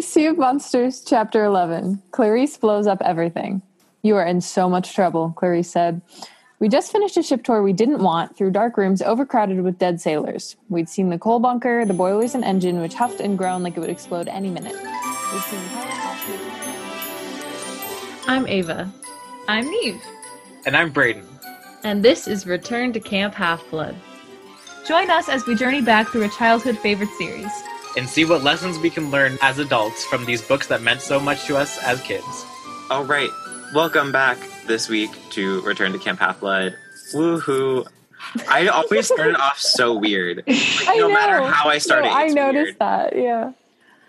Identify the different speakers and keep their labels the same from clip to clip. Speaker 1: Sea of Monsters, Chapter 11. Clarice blows up everything. You are in so much trouble, Clarice said. We just finished a ship tour we didn't want through dark rooms overcrowded with dead sailors. We'd seen the coal bunker, the boilers and engine, which huffed and groaned like it would explode any minute. We'd seen
Speaker 2: I'm Ava. I'm Neve.
Speaker 3: And I'm Braden.
Speaker 2: And this is Return to Camp Half Blood.
Speaker 4: Join us as we journey back through a childhood favorite series.
Speaker 3: And see what lessons we can learn as adults from these books that meant so much to us as kids.
Speaker 5: All right, welcome back this week to Return to Camp Half Blood. Woohoo! I always started off so weird. Like,
Speaker 1: I
Speaker 5: no
Speaker 1: know.
Speaker 5: matter how I started,
Speaker 1: No, I
Speaker 5: it's
Speaker 1: noticed
Speaker 5: weird.
Speaker 1: that. Yeah.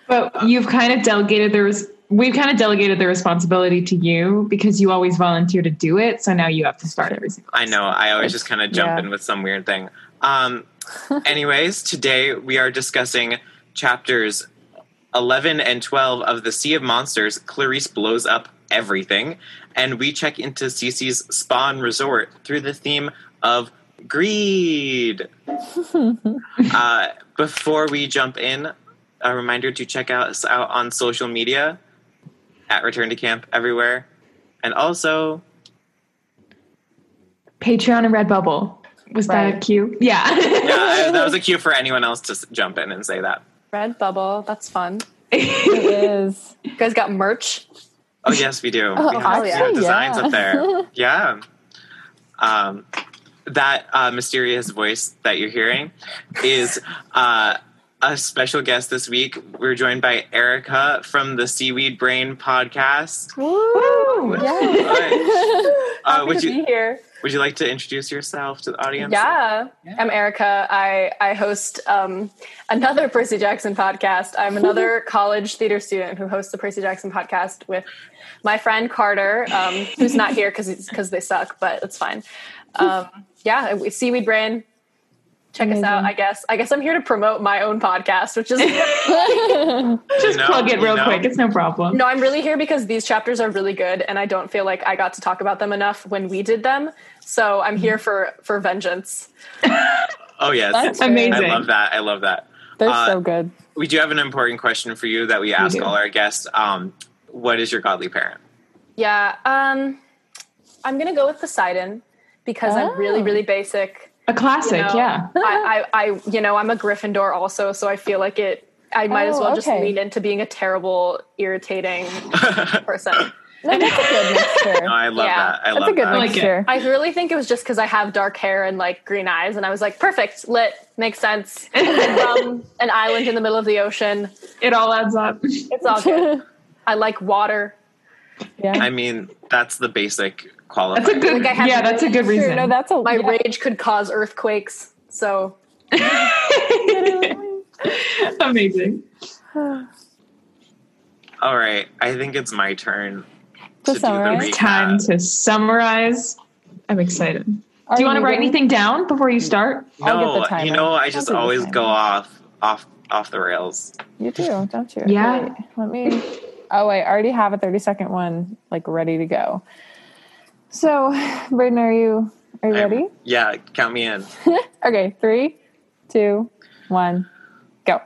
Speaker 6: But you've kind of delegated the res- we've kind of delegated the responsibility to you because you always volunteer to do it. So now you have to start every single.
Speaker 5: I know. I always just kind of jump
Speaker 1: yeah.
Speaker 5: in with some weird thing. Um, anyways, today we are discussing chapters 11 and 12 of The Sea of Monsters. Clarice blows up everything. And we check into Cece's spawn resort through the theme of greed. uh, before we jump in, a reminder to check us out on social media at Return to Camp everywhere. And also,
Speaker 6: Patreon and Redbubble was that
Speaker 1: Right.
Speaker 6: a cue? Yeah.
Speaker 5: yeah, I- that was a cue for anyone else to s- jump in and say that.
Speaker 7: Red Bubble. That's fun.
Speaker 1: It is.
Speaker 7: You guys got merch?
Speaker 5: Oh yes, we do. we have,
Speaker 7: hell
Speaker 5: we
Speaker 7: yeah.
Speaker 5: have designs
Speaker 1: Yeah.
Speaker 5: up there. Yeah. Um, that uh, mysterious voice that you're hearing is uh, a special guest this week. We're joined by Erica from the Seaweed Brain podcast.
Speaker 6: Woo!
Speaker 1: Yeah.
Speaker 5: All right. Uh,
Speaker 7: Happy
Speaker 5: would
Speaker 7: to
Speaker 5: you
Speaker 7: be here.
Speaker 5: would you like to introduce yourself to the audience?
Speaker 7: Yeah.
Speaker 3: Yeah.
Speaker 7: I'm Erica. I, I host um, another Percy Jackson podcast. I'm another college theater student who hosts the Percy Jackson podcast with my friend Carter, um, who's not here because they suck, but it's fine. Um, yeah, we- Seaweed Brain. Check us out, I guess. I guess I'm here to promote my own podcast, which is
Speaker 6: Just
Speaker 5: You know,
Speaker 6: plug it
Speaker 5: you
Speaker 6: real
Speaker 5: know.
Speaker 6: quick. It's no problem.
Speaker 7: No, I'm really here because these chapters are really good, and I don't feel like I got to talk about them enough when we did them. So I'm
Speaker 1: Mm-hmm.
Speaker 7: here for for vengeance.
Speaker 5: Oh yes.
Speaker 1: That's
Speaker 6: Amazing.
Speaker 5: I love that. I love that.
Speaker 1: They're
Speaker 5: Uh,
Speaker 1: so good.
Speaker 5: We do have an important question for you that we ask
Speaker 6: do.
Speaker 5: all our guests. Um, what is your godly parent?
Speaker 7: Yeah, um, I'm gonna go with Poseidon because
Speaker 1: Oh.
Speaker 7: I'm really, really basic.
Speaker 6: A classic,
Speaker 7: you know?
Speaker 6: yeah.
Speaker 7: I, I, I, you know, I'm a Gryffindor also, so I feel like it. I might as
Speaker 1: Oh,
Speaker 7: well just
Speaker 1: okay.
Speaker 7: lean into being a terrible, irritating person.
Speaker 1: No, that's a good mixture.
Speaker 5: No, I love
Speaker 7: Yeah.
Speaker 5: that. I
Speaker 1: that's
Speaker 5: love
Speaker 1: a good
Speaker 5: that.
Speaker 6: like it.
Speaker 1: mixture.
Speaker 7: I really think it was just because I have dark hair and like green eyes, and I was like, perfect, lit, makes sense. From an island in the middle of the ocean,
Speaker 6: It all adds up.
Speaker 7: It's all good. I like water.
Speaker 1: yeah.
Speaker 5: I mean, that's the basic
Speaker 6: That's a
Speaker 5: qualifier.
Speaker 6: good.
Speaker 7: Like I have
Speaker 6: yeah, that's a good
Speaker 1: Sure,
Speaker 6: reason.
Speaker 1: no, that's a
Speaker 7: My
Speaker 1: yeah.
Speaker 7: rage could cause earthquakes. So
Speaker 6: Amazing.
Speaker 5: All right, I think it's my turn
Speaker 1: To
Speaker 5: to
Speaker 1: summarize.
Speaker 5: do the recap.
Speaker 6: Time to summarize. I'm excited.
Speaker 1: Are
Speaker 6: Do you want to write
Speaker 1: reading?
Speaker 6: anything down before you start?
Speaker 1: I'll get the
Speaker 5: No,
Speaker 1: timer.
Speaker 5: you know, I
Speaker 1: I'll
Speaker 5: just
Speaker 1: do the
Speaker 5: always
Speaker 1: timer.
Speaker 5: go off, off, off the rails.
Speaker 1: You do, don't you?
Speaker 6: Yeah.
Speaker 1: Wait, let me. Oh, I already have a 30 second one like ready to go. So, Braden, are you are you
Speaker 5: I'm-
Speaker 1: ready?
Speaker 5: yeah, count me in.
Speaker 1: Okay, three, two, one, go.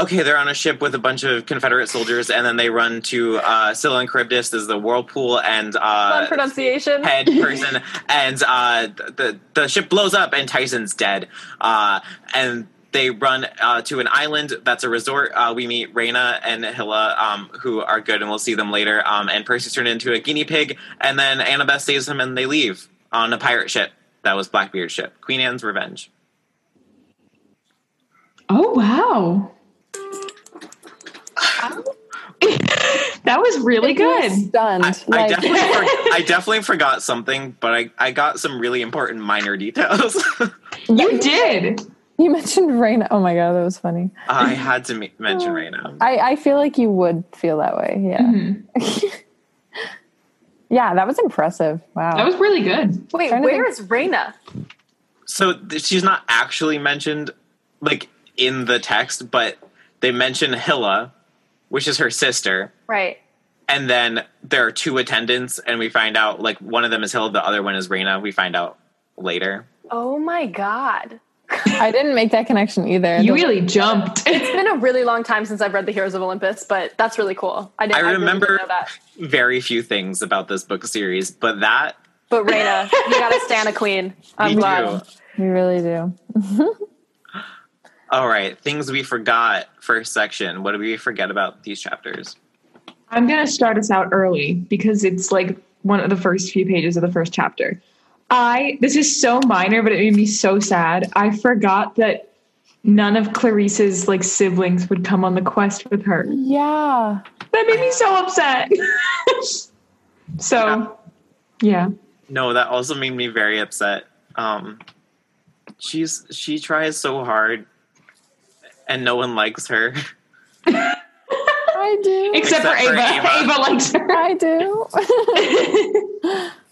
Speaker 5: Okay, they're on a ship with a bunch of Confederate soldiers, and then they run to uh, Scylla and Charybdis. Is the whirlpool and
Speaker 7: fun
Speaker 5: uh,
Speaker 7: pronunciation.
Speaker 5: head person, and uh, the the ship blows up, and Tyson's dead. Uh, and they run uh, to an island that's a resort. Uh, we meet Reyna and Hilla, um, who are good, and we'll see them later. Um, and Percy's turned into a guinea pig, and then Annabeth saves him, and they leave on a pirate ship that was Blackbeard's ship, Queen Anne's Revenge.
Speaker 6: Oh wow. that was really
Speaker 1: You're
Speaker 6: good.
Speaker 1: Stunned.
Speaker 5: I, I
Speaker 1: like,
Speaker 5: definitely, for, I definitely forgot something, but I, I got some really important minor details.
Speaker 6: You did.
Speaker 1: you mentioned Raina. Oh my god, that was funny.
Speaker 5: I had to me- mention Reyna.
Speaker 1: I, I feel like you would feel that way. Yeah.
Speaker 6: Mhm.
Speaker 1: Yeah, that was impressive. Wow.
Speaker 6: That was really good.
Speaker 7: Wait,
Speaker 1: trying to
Speaker 7: where is Raina?
Speaker 5: so th- she's not actually mentioned like in the text but they mention hilla which is her sister
Speaker 7: Right.
Speaker 5: and then there are two attendants and we find out like one of them is hilla the other one is Reyna. we find out later
Speaker 7: Oh my god.
Speaker 1: I didn't make that connection either.
Speaker 6: You
Speaker 1: The-
Speaker 6: really jumped.
Speaker 8: It's been a really long time since I've read The Heroes of Olympus, but that's really cool. I, didn't,
Speaker 5: I
Speaker 8: really didn't
Speaker 5: remember-
Speaker 8: know that.
Speaker 5: Very few things about this book series, but that
Speaker 8: But Raina, you gotta stand a queen. I'm
Speaker 5: we
Speaker 8: glad.
Speaker 5: do.
Speaker 1: we really do.
Speaker 5: All right, things we forgot. First section. What did we forget about these chapters?
Speaker 6: I'm going to start us out early because it's like one of the first few pages of the first chapter. I, this is so minor, but it made me so sad. I forgot that none of Clarice's like siblings would come on the quest with her.
Speaker 1: Yeah.
Speaker 6: That made me so upset. so, yeah.
Speaker 5: No, that also made me very upset. Um, she's she tries so hard, and no one likes her.
Speaker 1: I do.
Speaker 6: Except, for, Ava. Ava. likes her.
Speaker 1: I do.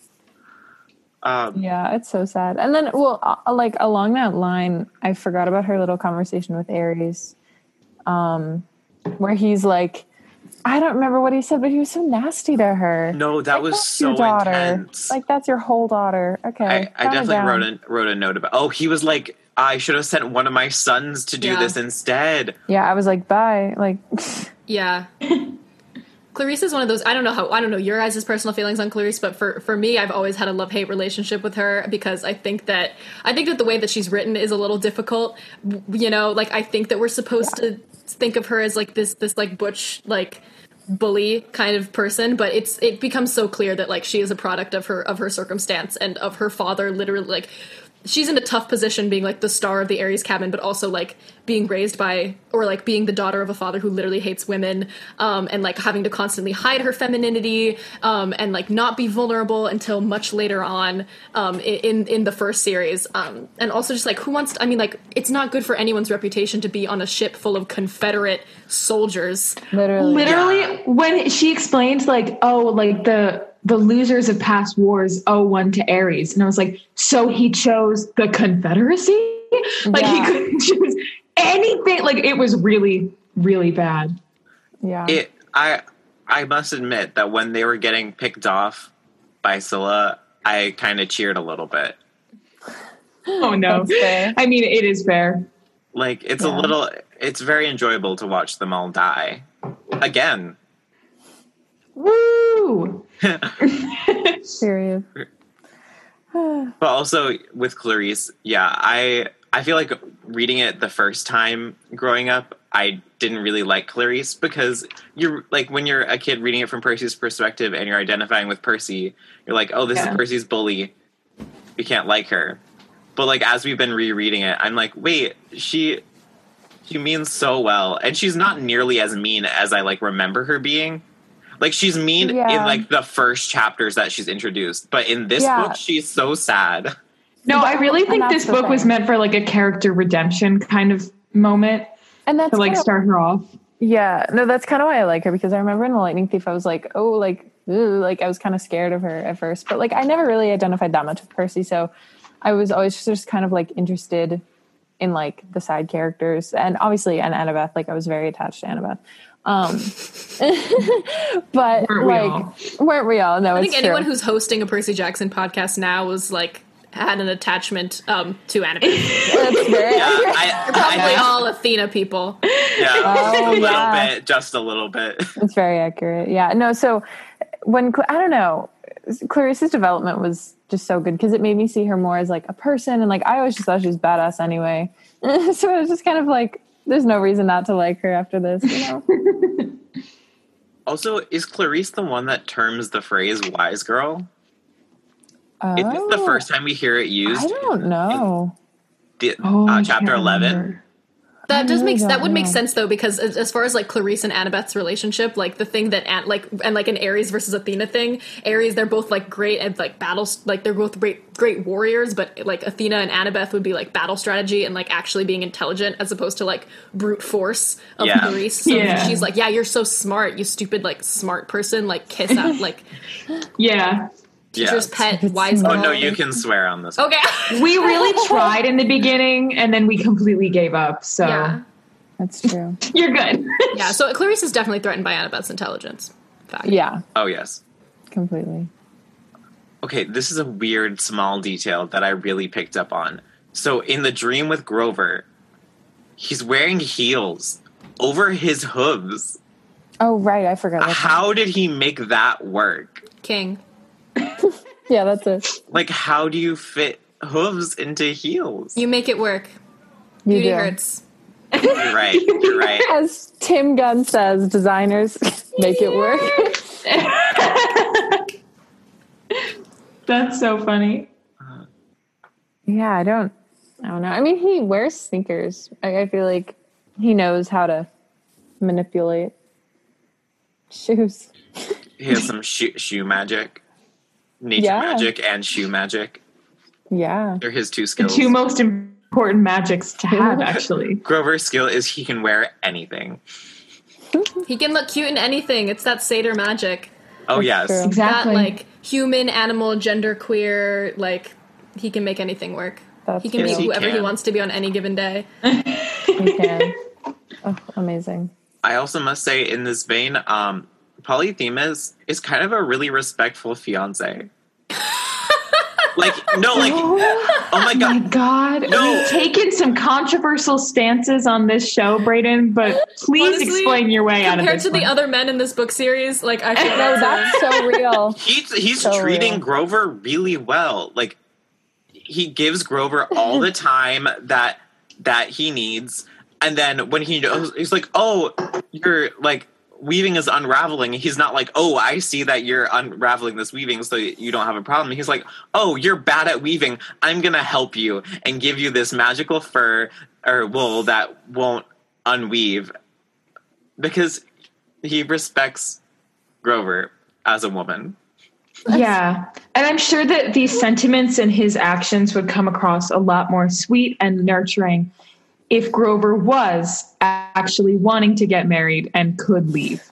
Speaker 5: Um,
Speaker 1: yeah, it's so sad. And then, well, uh, like along that line, I forgot about her little conversation with Aries, um, where he's like, I don't remember what he said, but he was so nasty to her.
Speaker 5: no, that
Speaker 1: Like,
Speaker 5: was
Speaker 1: that's
Speaker 5: so
Speaker 1: your daughter.
Speaker 5: intense.
Speaker 1: Like that's your whole daughter. Okay,
Speaker 5: I, I
Speaker 1: calm it
Speaker 5: definitely
Speaker 1: down.
Speaker 5: wrote a wrote a note about. Oh, he was like, I should have sent one of my sons to do
Speaker 7: Yeah.
Speaker 5: this instead.
Speaker 1: Yeah, I was like, bye. Like,
Speaker 7: Yeah. Clarice is one of those. I don't know how. I don't know your guys' personal feelings on Clarice, but for for me, I've always had a love hate relationship with her because I think that I think that the way that she's written is a little difficult. W- You know, like I think that we're supposed to think of her as like this this like butch like bully kind of person but it's it becomes so clear that like she is a product of her of her circumstance and of her father literally like she's in a tough position being like the star of the Aries cabin but also like being raised by or like being the daughter of a father who literally hates women um and like having to constantly hide her femininity um and like not be vulnerable until much later on um i- in in the first series um and also just like who wants to, I mean like it's not good for anyone's reputation to be on a ship full of confederate soldiers
Speaker 1: literally.
Speaker 6: Literally, when she explained, like, oh, like the the losers of past wars owe one to Ares, and I was like, so he chose the Confederacy. Like
Speaker 1: Yeah.
Speaker 6: he couldn't choose anything. Like it was really, really bad.
Speaker 1: yeah.
Speaker 5: It. I. I must admit that when they were getting picked off by Scylla, I kind of cheered a little bit.
Speaker 6: Oh no!
Speaker 4: That's fair.
Speaker 6: I mean, it is fair.
Speaker 5: Like it's
Speaker 1: Yeah.
Speaker 5: a little. It's very enjoyable to watch them all die. Again,
Speaker 6: Woo!
Speaker 1: Period.
Speaker 5: but also with Clarice, yeah, I I feel like reading it the first time growing up, I didn't really like Clarice because you're like when you're a kid reading it from Percy's perspective and you're identifying with Percy, you're like, oh, this
Speaker 6: Yeah.
Speaker 5: is Percy's bully. We can't like her. But like as we've been rereading it, I'm like, wait, she she means so well, and she's not nearly as mean as I like remember her being. Like she's mean in
Speaker 1: Yeah.
Speaker 5: like the first chapters that she's introduced, but in this
Speaker 1: Yeah.
Speaker 5: book, she's so sad.
Speaker 6: No, I really
Speaker 1: And
Speaker 6: think
Speaker 1: that's
Speaker 6: this
Speaker 1: the
Speaker 6: book was
Speaker 1: thing.
Speaker 6: meant for like a character redemption kind of moment
Speaker 1: And that's
Speaker 6: to like
Speaker 1: kinda-
Speaker 6: start her off.
Speaker 1: Yeah, no, that's kind of why I like her because I remember in The Lightning Thief, I was like, oh, like, ooh, like I was kind of scared of her at first, but like I never really identified that much with Percy, so I was always just kind of like interested in like the side characters and obviously and Annabeth, like I was very attached to Annabeth. Um, but
Speaker 6: Weren't we
Speaker 1: like,
Speaker 6: all?
Speaker 1: weren't we all? No,
Speaker 7: I
Speaker 1: it's
Speaker 7: think anyone
Speaker 1: true.
Speaker 7: who's hosting a Percy Jackson podcast now was like had an attachment um, to anime.
Speaker 1: That's very
Speaker 5: Yeah,
Speaker 1: accurate.
Speaker 5: I,
Speaker 7: Probably
Speaker 5: I,
Speaker 7: all Athena people.
Speaker 5: yeah, just a
Speaker 1: Oh,
Speaker 5: little
Speaker 1: yeah.
Speaker 5: bit, just a little bit.
Speaker 1: It's very accurate. Yeah. No, so when Cla- I don't know, Clarissa's development was just so good because it made me see her more as like a person and like I always just thought she was badass anyway. so it was just kind of like there's no reason not to like her after this, you know.
Speaker 5: Also, is Clarice the one that terms the phrase "wise girl"? Is this the
Speaker 1: Oh,
Speaker 5: first time we hear it used?
Speaker 1: I don't know.
Speaker 5: The-
Speaker 6: Oh,
Speaker 5: uh,
Speaker 6: I
Speaker 5: chapter
Speaker 6: can't
Speaker 5: eleven.
Speaker 6: remember.
Speaker 7: That does make
Speaker 1: don't
Speaker 7: that would make
Speaker 1: know.
Speaker 7: sense though because as, as far as like Clarice and Annabeth's relationship, like the thing that An- like and like an Aries versus Athena thing, Aries they're both like great at like battles like they're both great great warriors, but like Athena and Annabeth would be like battle strategy and like actually being intelligent as opposed to like brute force of
Speaker 5: Yeah.
Speaker 7: Clarice. So
Speaker 6: Yeah.
Speaker 7: she's like, yeah, you're so smart, you stupid like smart person, like kiss out like
Speaker 6: Yeah.
Speaker 7: teacher's
Speaker 5: Yeah.
Speaker 7: pet wise
Speaker 5: Oh
Speaker 7: girl.
Speaker 5: no, you can swear on this.
Speaker 7: Okay.
Speaker 6: We really tried in the beginning and then we completely gave up. So
Speaker 7: yeah.
Speaker 1: That's true.
Speaker 6: you're good.
Speaker 7: Yeah. So Clarice is definitely threatened by Annabeth's intelligence. Fact.
Speaker 1: yeah,
Speaker 5: Oh yes.
Speaker 1: completely.
Speaker 5: Okay, this is a weird small detail that I really picked up on. So in the dream with Grover, he's wearing heels over his hooves.
Speaker 1: Oh right, I forgot. That's
Speaker 5: How did he make that work?
Speaker 7: King.
Speaker 1: Yeah, that's it.
Speaker 5: Like, how do you fit hooves into heels?
Speaker 7: You make it work.
Speaker 1: You
Speaker 7: Beauty
Speaker 1: do.
Speaker 7: hurts.
Speaker 5: You're right. You're right.
Speaker 1: As Tim Gunn says, designers make it work.
Speaker 6: That's so funny.
Speaker 1: yeah, I don't. I don't know. I mean, he wears sneakers. I, I feel like he knows how to manipulate shoes.
Speaker 5: He has some shoe, shoe magic, nature
Speaker 1: Yeah.
Speaker 5: magic, and shoe magic.
Speaker 1: Yeah.
Speaker 5: They're his two
Speaker 6: The
Speaker 5: skills.
Speaker 6: two most important magics to have, actually.
Speaker 5: Grover's skill is he can wear anything.
Speaker 7: He can look cute in anything. It's that satyr magic.
Speaker 5: Oh,
Speaker 1: That's
Speaker 5: yes.
Speaker 1: true.
Speaker 6: Exactly.
Speaker 7: That like human, animal, gender queer, like he can make anything work.
Speaker 1: That's
Speaker 7: he can
Speaker 5: Yes,
Speaker 7: be
Speaker 5: he
Speaker 7: whoever he
Speaker 5: can.
Speaker 7: wants to be on any given day.
Speaker 1: He can. oh, amazing.
Speaker 5: I also must say, in this vein, um, Polythemus is kind of a really respectful fiance. like, no, like, oh my
Speaker 6: My
Speaker 5: god,
Speaker 6: God,
Speaker 5: No.
Speaker 6: we've taken some controversial stances on this show, Brayden. But please
Speaker 7: Honestly,
Speaker 6: explain your way out of
Speaker 7: Compared
Speaker 6: this.
Speaker 7: to the
Speaker 6: one.
Speaker 7: other men in this book series, like I feel
Speaker 1: No, that's so real.
Speaker 5: he's he's
Speaker 1: So
Speaker 5: treating
Speaker 1: real.
Speaker 5: Grover really well. Like, he gives Grover all the time that that he needs, and then when he knows, he's like, "Oh, you're like." Weaving is unraveling. He's not like, oh, I see that you're unraveling this weaving, so you don't have a problem. He's like, oh, you're bad at weaving. I'm gonna help you and give you this magical fur or wool that won't unweave, because he respects Grover as a woman.
Speaker 6: yeah, and I'm sure that these sentiments and his actions would come across a lot more sweet and nurturing if Grover was a- actually wanting to get married and could leave.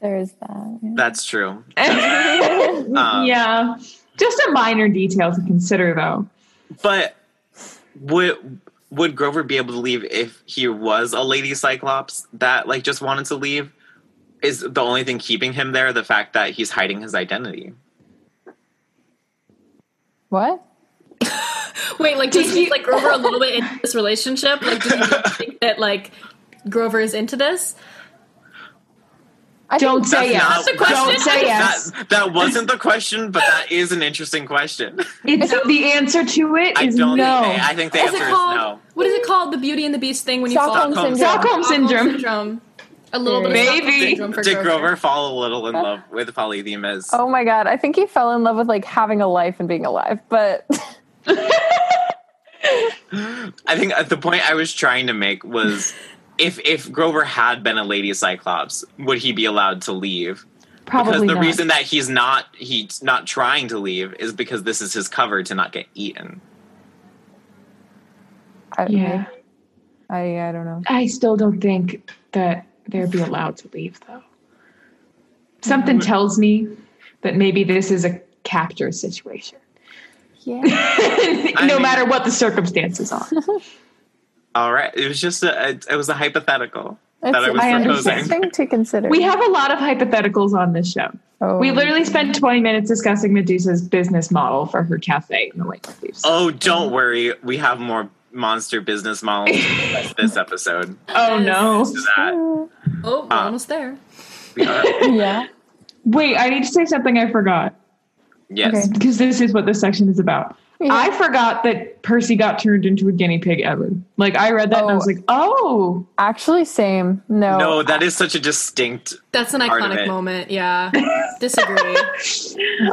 Speaker 1: There is that. yeah.
Speaker 5: That's true. Um,
Speaker 6: yeah, just a minor detail to consider, though.
Speaker 5: But would would Grover be able to leave if he was a lady cyclops that like just wanted to leave? Is the only thing keeping him there the fact that he's hiding his identity?
Speaker 1: What?
Speaker 7: Wait, like does he like Grover a little bit into this relationship? Like does he think that like Grover is into this?
Speaker 1: I
Speaker 6: Don't
Speaker 1: think-
Speaker 6: say yes.
Speaker 5: That's not-
Speaker 6: Don't
Speaker 7: that's-
Speaker 6: say yes.
Speaker 5: That that wasn't the question, but that is an interesting question.
Speaker 6: It's the answer to it
Speaker 5: I
Speaker 6: is
Speaker 5: don't
Speaker 6: no.
Speaker 5: think they, I think the
Speaker 7: Is
Speaker 5: answer
Speaker 7: it
Speaker 5: is
Speaker 7: called
Speaker 5: no.
Speaker 7: what is it called? The Beauty and the Beast thing when you
Speaker 1: Stockholm
Speaker 7: fall
Speaker 1: syndrome.
Speaker 6: Stockholm syndrome.
Speaker 7: syndrome. A little bit of
Speaker 6: Maybe.
Speaker 7: Stockholm syndrome for
Speaker 5: Did Grover fall a little in love with Polythemus?
Speaker 1: Oh my god! I think he fell in love with like having a life and being alive, but
Speaker 5: I think uh, the point I was trying to make was if if Grover had been a lady cyclops, would he be allowed to leave?
Speaker 6: Probably
Speaker 5: because the
Speaker 6: not.
Speaker 5: reason that he's not he's not trying to leave is because this is his cover to not get eaten.
Speaker 1: I,
Speaker 6: yeah,
Speaker 1: I, I don't know.
Speaker 6: I still don't think that they'd be allowed to leave, though. Something
Speaker 5: Mm-hmm.
Speaker 6: tells me that maybe this is a captor situation.
Speaker 1: Yeah,
Speaker 5: I
Speaker 6: no
Speaker 5: mean-
Speaker 6: matter what the circumstances are.
Speaker 5: All right, it was just a it, it was a hypothetical
Speaker 1: it's
Speaker 5: that I was
Speaker 6: I understand.
Speaker 5: proposing.
Speaker 1: interesting to consider.
Speaker 6: we have a lot of hypotheticals on this show.
Speaker 1: Oh.
Speaker 6: We literally spent 20 minutes discussing Medusa's business model for her cafe in the Lake of Thieves.
Speaker 5: Oh, don't worry, we have more monster business models this episode.
Speaker 6: oh no.
Speaker 5: To that
Speaker 7: Oh, we're
Speaker 5: Uh,
Speaker 7: almost there.
Speaker 5: we are
Speaker 1: yeah.
Speaker 6: Wait, I need to say something I forgot.
Speaker 5: yes.
Speaker 6: because this is what this section is about.
Speaker 1: Yeah.
Speaker 6: I forgot that Percy got turned into a guinea pig, Evan. Like I read that and I was
Speaker 1: Oh.
Speaker 6: like, oh,
Speaker 1: Actually, same. No.
Speaker 5: No, that is such a distinct
Speaker 7: That's an
Speaker 5: Part of
Speaker 7: iconic
Speaker 5: it.
Speaker 7: moment. Yeah. Disagree.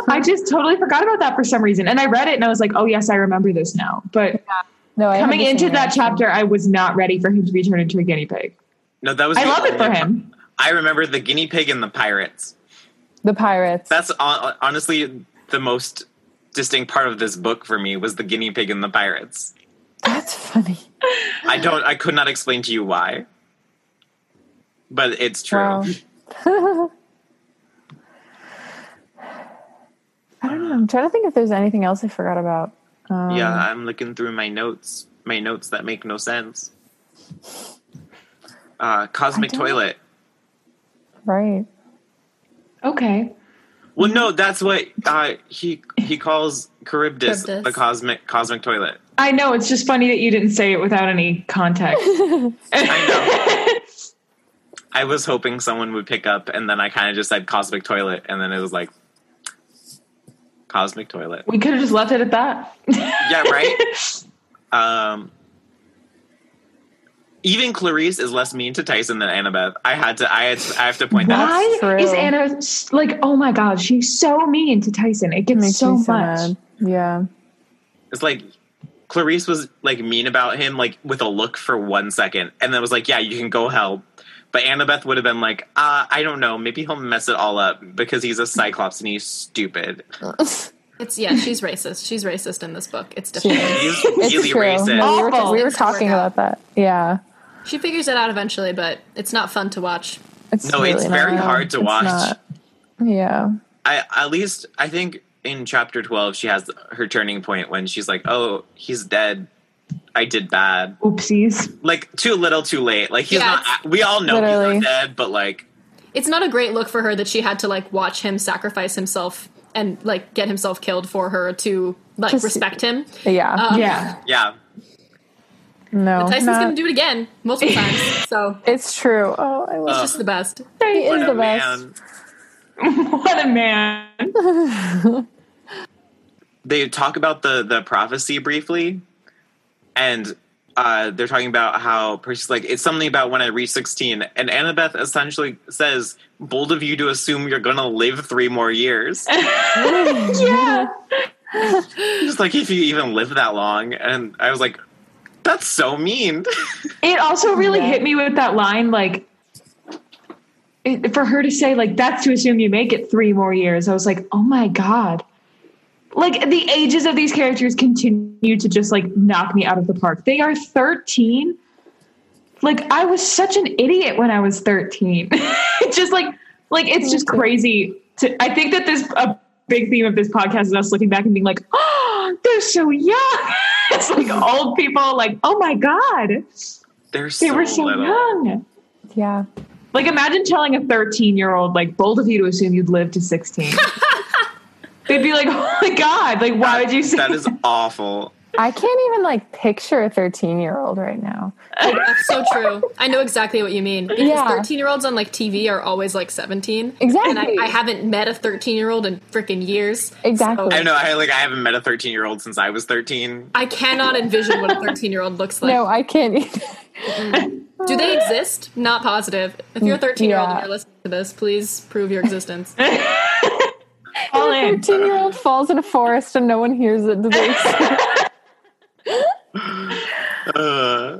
Speaker 6: I just totally forgot about that for some reason. And I read it and I was like, oh yes, I remember this now. But
Speaker 1: no. I had
Speaker 6: coming
Speaker 1: the same
Speaker 6: into that
Speaker 1: reaction.
Speaker 6: chapter, I was not ready for him to be turned into a guinea pig.
Speaker 5: No, that was
Speaker 6: I
Speaker 5: the
Speaker 6: love it for
Speaker 5: only-
Speaker 6: him.
Speaker 5: I remember the guinea pig and the pirates.
Speaker 1: the pirates.
Speaker 5: That's hon- honestly the most distinct part of this book for me was the guinea pig and the pirates.
Speaker 1: That's funny.
Speaker 5: I don't I could not explain to you why. But it's true.
Speaker 1: Wow. I don't know. I'm trying to think if there's anything else I forgot about. Um,
Speaker 5: Yeah, I'm looking through my notes, my notes that make no sense. Uh, cosmic
Speaker 1: don't-
Speaker 5: toilet.
Speaker 1: Right.
Speaker 6: Okay.
Speaker 5: Well, no, that's what uh, he he calls Charybdis,
Speaker 7: Charybdis.
Speaker 5: a cosmic cosmic toilet.
Speaker 6: I know it's just funny that you didn't say it without any context.
Speaker 5: I was hoping someone would pick up, and then I kind of just said cosmic toilet, and then it was like cosmic toilet.
Speaker 6: we could have just left it at that.
Speaker 5: Yeah, right. um, even Clarice is less mean to Tyson than Annabeth. I had to. I had. To, I have to point that. out.
Speaker 6: Why
Speaker 1: true.
Speaker 6: is Anna s- like? Oh my god, she's so mean to Tyson. It gets
Speaker 1: makes
Speaker 6: so
Speaker 1: me
Speaker 6: much.
Speaker 1: so mad. Yeah.
Speaker 5: It's like Clarice was like mean about him, like with a look for one second, and then was like, "Yeah, you can go help." But Annabeth would have been like, uh, "I don't know. Maybe he'll mess it all up because he's a Cyclops and he's stupid.
Speaker 7: It's yeah, she's racist. She's racist in this book. It's different.
Speaker 5: He's really
Speaker 1: true. No,
Speaker 5: racist."
Speaker 1: we, were, we were
Speaker 7: Things that work
Speaker 1: talking
Speaker 7: out.
Speaker 1: about that. Yeah.
Speaker 7: She figures it out eventually, but it's not fun to watch.
Speaker 1: It's
Speaker 5: No, it's
Speaker 1: really
Speaker 5: very
Speaker 1: not.
Speaker 5: hard to
Speaker 1: It's
Speaker 5: watch.
Speaker 1: not. Yeah.
Speaker 5: I at least I think in chapter twelve she has her turning point when she's like, "Oh, he's dead. I did bad.
Speaker 6: Oopsies.
Speaker 5: Like too little, too late. Like he's
Speaker 7: Yeah,
Speaker 5: not. We all know
Speaker 1: Literally.
Speaker 5: he's not dead, but like."
Speaker 7: It's not a great look for her that she had to like watch him sacrifice himself and like get himself killed for her to like
Speaker 1: Just-
Speaker 7: respect him.
Speaker 1: Yeah.
Speaker 7: Um,
Speaker 6: Yeah.
Speaker 5: Yeah,
Speaker 1: no.
Speaker 7: Tyson's
Speaker 1: not-
Speaker 7: gonna do it again multiple times. So
Speaker 1: it's true. Oh, I love
Speaker 5: Uh,
Speaker 7: it's the best.
Speaker 1: He
Speaker 5: what
Speaker 1: is
Speaker 5: a
Speaker 1: the best.
Speaker 5: uh, man.
Speaker 6: What a man.
Speaker 5: they talk about the the prophecy briefly, and uh, they're talking about how Percy's like it's something about when I reach sixteen, and Annabeth essentially says, "Bold of you to assume you're gonna live three more years."
Speaker 6: Yeah.
Speaker 5: Just like if you even live that long, and I was like, "That's so mean."
Speaker 6: It also really
Speaker 1: Yeah.
Speaker 6: hit me with that line, like it, for her to say, like, that's to assume you make it three more years. I was like, oh my god. Like the ages of these characters continue to just like knock me out of the park. They are 13. Like I was such an idiot when I was 13. It's just like like it's just crazy to I think that this a big theme of this podcast is us looking back and being like, oh, they're so young. it's like old people, like, oh my God.
Speaker 5: They're
Speaker 6: They
Speaker 5: so,
Speaker 6: were so
Speaker 5: little.
Speaker 6: young.
Speaker 1: Yeah.
Speaker 6: Like, imagine telling a 13 year old, like, bold of you to assume you'd live to 16. They'd be like, oh my God, like, why would you say
Speaker 5: That is awful.
Speaker 1: I can't even like picture a 13 year old right now.
Speaker 7: That's so true. I know exactly what you mean. Because
Speaker 1: Yeah.
Speaker 7: 13 year olds on like TV are always like 17.
Speaker 1: Exactly.
Speaker 7: And I, I haven't met a 13 year old in freaking years.
Speaker 1: Exactly.
Speaker 5: I know. I like. I haven't met a thirteen year old since I was thirteen.
Speaker 7: I cannot envision what a 13 year old looks like.
Speaker 1: No, I can't. either.
Speaker 7: Do they exist? Not positive. If you're a 13 year old and
Speaker 1: Yeah.
Speaker 7: you're listening to this, please prove your existence.
Speaker 6: all
Speaker 1: A
Speaker 6: in?
Speaker 1: 13 year old falls in a forest and no one hears it. Do they-
Speaker 5: Uh,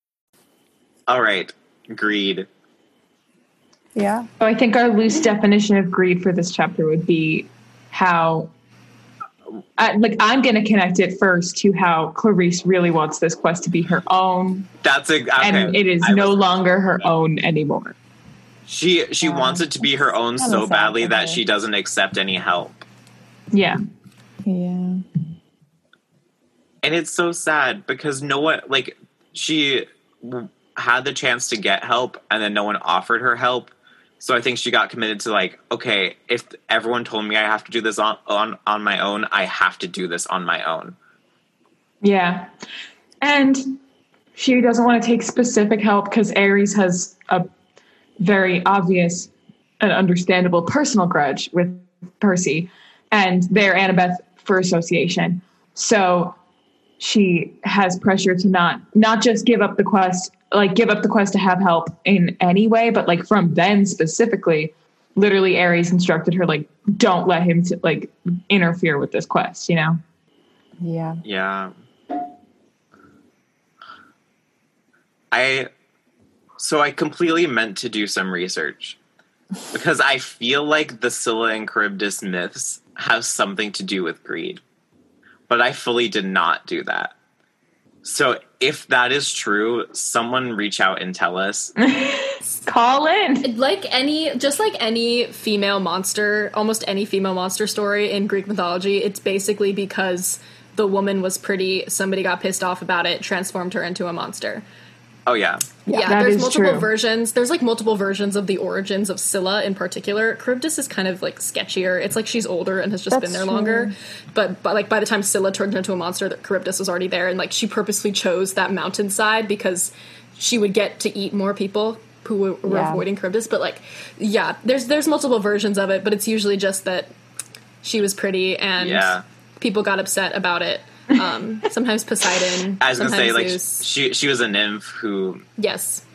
Speaker 5: all right. Greed.
Speaker 1: yeah.
Speaker 6: So I think our loose definition of greed for this chapter would be how, I, like, I'm going to connect it first to how Clarice really wants this quest to be her own,
Speaker 5: That's a, okay.
Speaker 6: and it is
Speaker 5: I
Speaker 6: no
Speaker 5: was-
Speaker 6: longer her own anymore.
Speaker 5: She she wants it to be her own
Speaker 1: kinda
Speaker 5: so
Speaker 1: sad
Speaker 5: badly
Speaker 1: for her.
Speaker 5: that she doesn't accept any help.
Speaker 6: Yeah.
Speaker 1: Yeah.
Speaker 5: And it's so sad because no one like she w- had the chance to get help and then no one offered her help. So I think she got committed to like, okay, if everyone told me I have to do this on on, on my own, I have to do this on my own.
Speaker 6: Yeah. And she doesn't want to take specific help because Aries has a very obvious and understandable personal grudge with Percy and they're Annabeth for association. So she has pressure to not not just give up the quest, like give up the quest to have help in any way, but like from them specifically, literally Aries instructed her like don't let him to like interfere with this quest, you know?
Speaker 1: Yeah.
Speaker 5: Yeah. I so I completely meant to do some research because I feel like the Scylla and Charybdis myths have something to do with greed. But I fully did not do that. So if that is true, someone reach out and tell us.
Speaker 6: Call in.
Speaker 7: like any just like any female monster almost any female monster story in greek mythology it's basically because the woman was pretty somebody got pissed off about it transformed her into a monster
Speaker 5: Oh yeah.
Speaker 7: yeah,
Speaker 6: that
Speaker 7: there's
Speaker 6: is
Speaker 7: multiple
Speaker 6: true.
Speaker 7: versions there's like multiple versions of the origins of scylla in particular charybdis is kind of like sketchier it's like she's older and has just been
Speaker 1: That's
Speaker 7: there
Speaker 1: true.
Speaker 7: longer but, but like by the time scylla turned into a monster that charybdis was already there and like she purposely chose that mountainside because she would get to eat more people who were, were
Speaker 1: Yeah.
Speaker 7: avoiding charybdis but like yeah there's there's multiple versions of it but it's usually just that she was pretty and
Speaker 5: Yeah.
Speaker 7: people got upset about it um, sometimes poseidon
Speaker 5: I was gonna say
Speaker 7: sometimes
Speaker 5: like
Speaker 7: Zeus.
Speaker 5: she she was a nymph who
Speaker 7: yes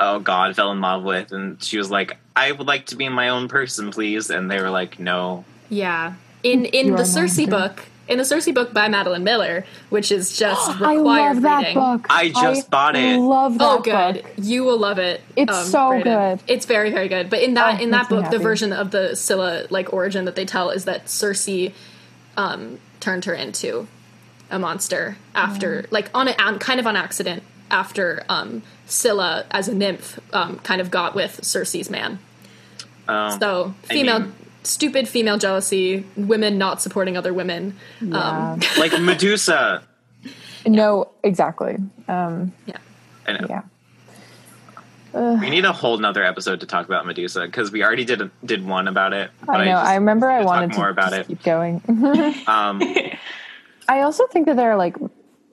Speaker 5: oh god fell in love with and she was like I would like to be my own person please and they were like no
Speaker 7: Yeah. In in
Speaker 1: are
Speaker 7: the
Speaker 1: a
Speaker 7: Circe
Speaker 1: monster.
Speaker 7: book, in the Circe book by Madeline Miller, which is just
Speaker 1: I
Speaker 7: required
Speaker 1: love that
Speaker 7: reading.
Speaker 1: book.
Speaker 5: I just bought it.
Speaker 1: Love that
Speaker 7: Oh, good!
Speaker 1: book.
Speaker 7: You will love it. Um,
Speaker 1: It's so good.
Speaker 7: It's very, very good. But in that
Speaker 1: Oh,
Speaker 7: in
Speaker 1: makes
Speaker 7: that
Speaker 1: me
Speaker 7: book, the
Speaker 1: happy.
Speaker 7: version of the Scylla like origin that they tell is that Circe um, turned her into a monster after, like on a on, kind of on accident after um, Scylla as a nymph um, kind of got with Circe's man.
Speaker 5: um,
Speaker 7: So
Speaker 5: I
Speaker 7: female,
Speaker 5: mean-
Speaker 7: stupid female jealousy, women not supporting other women. Um,
Speaker 5: like Medusa
Speaker 1: No, exactly. Um,
Speaker 7: yeah.
Speaker 5: I know.
Speaker 1: yeah.
Speaker 5: We need a whole nother episode to talk about Medusa because we already did did one about it. but
Speaker 1: I know.
Speaker 5: just
Speaker 1: I remember I
Speaker 5: wanted to
Speaker 1: wanted
Speaker 5: talk
Speaker 1: to
Speaker 5: more about
Speaker 1: just
Speaker 5: it.
Speaker 1: keep going.
Speaker 5: Um,
Speaker 1: I also think that there are like,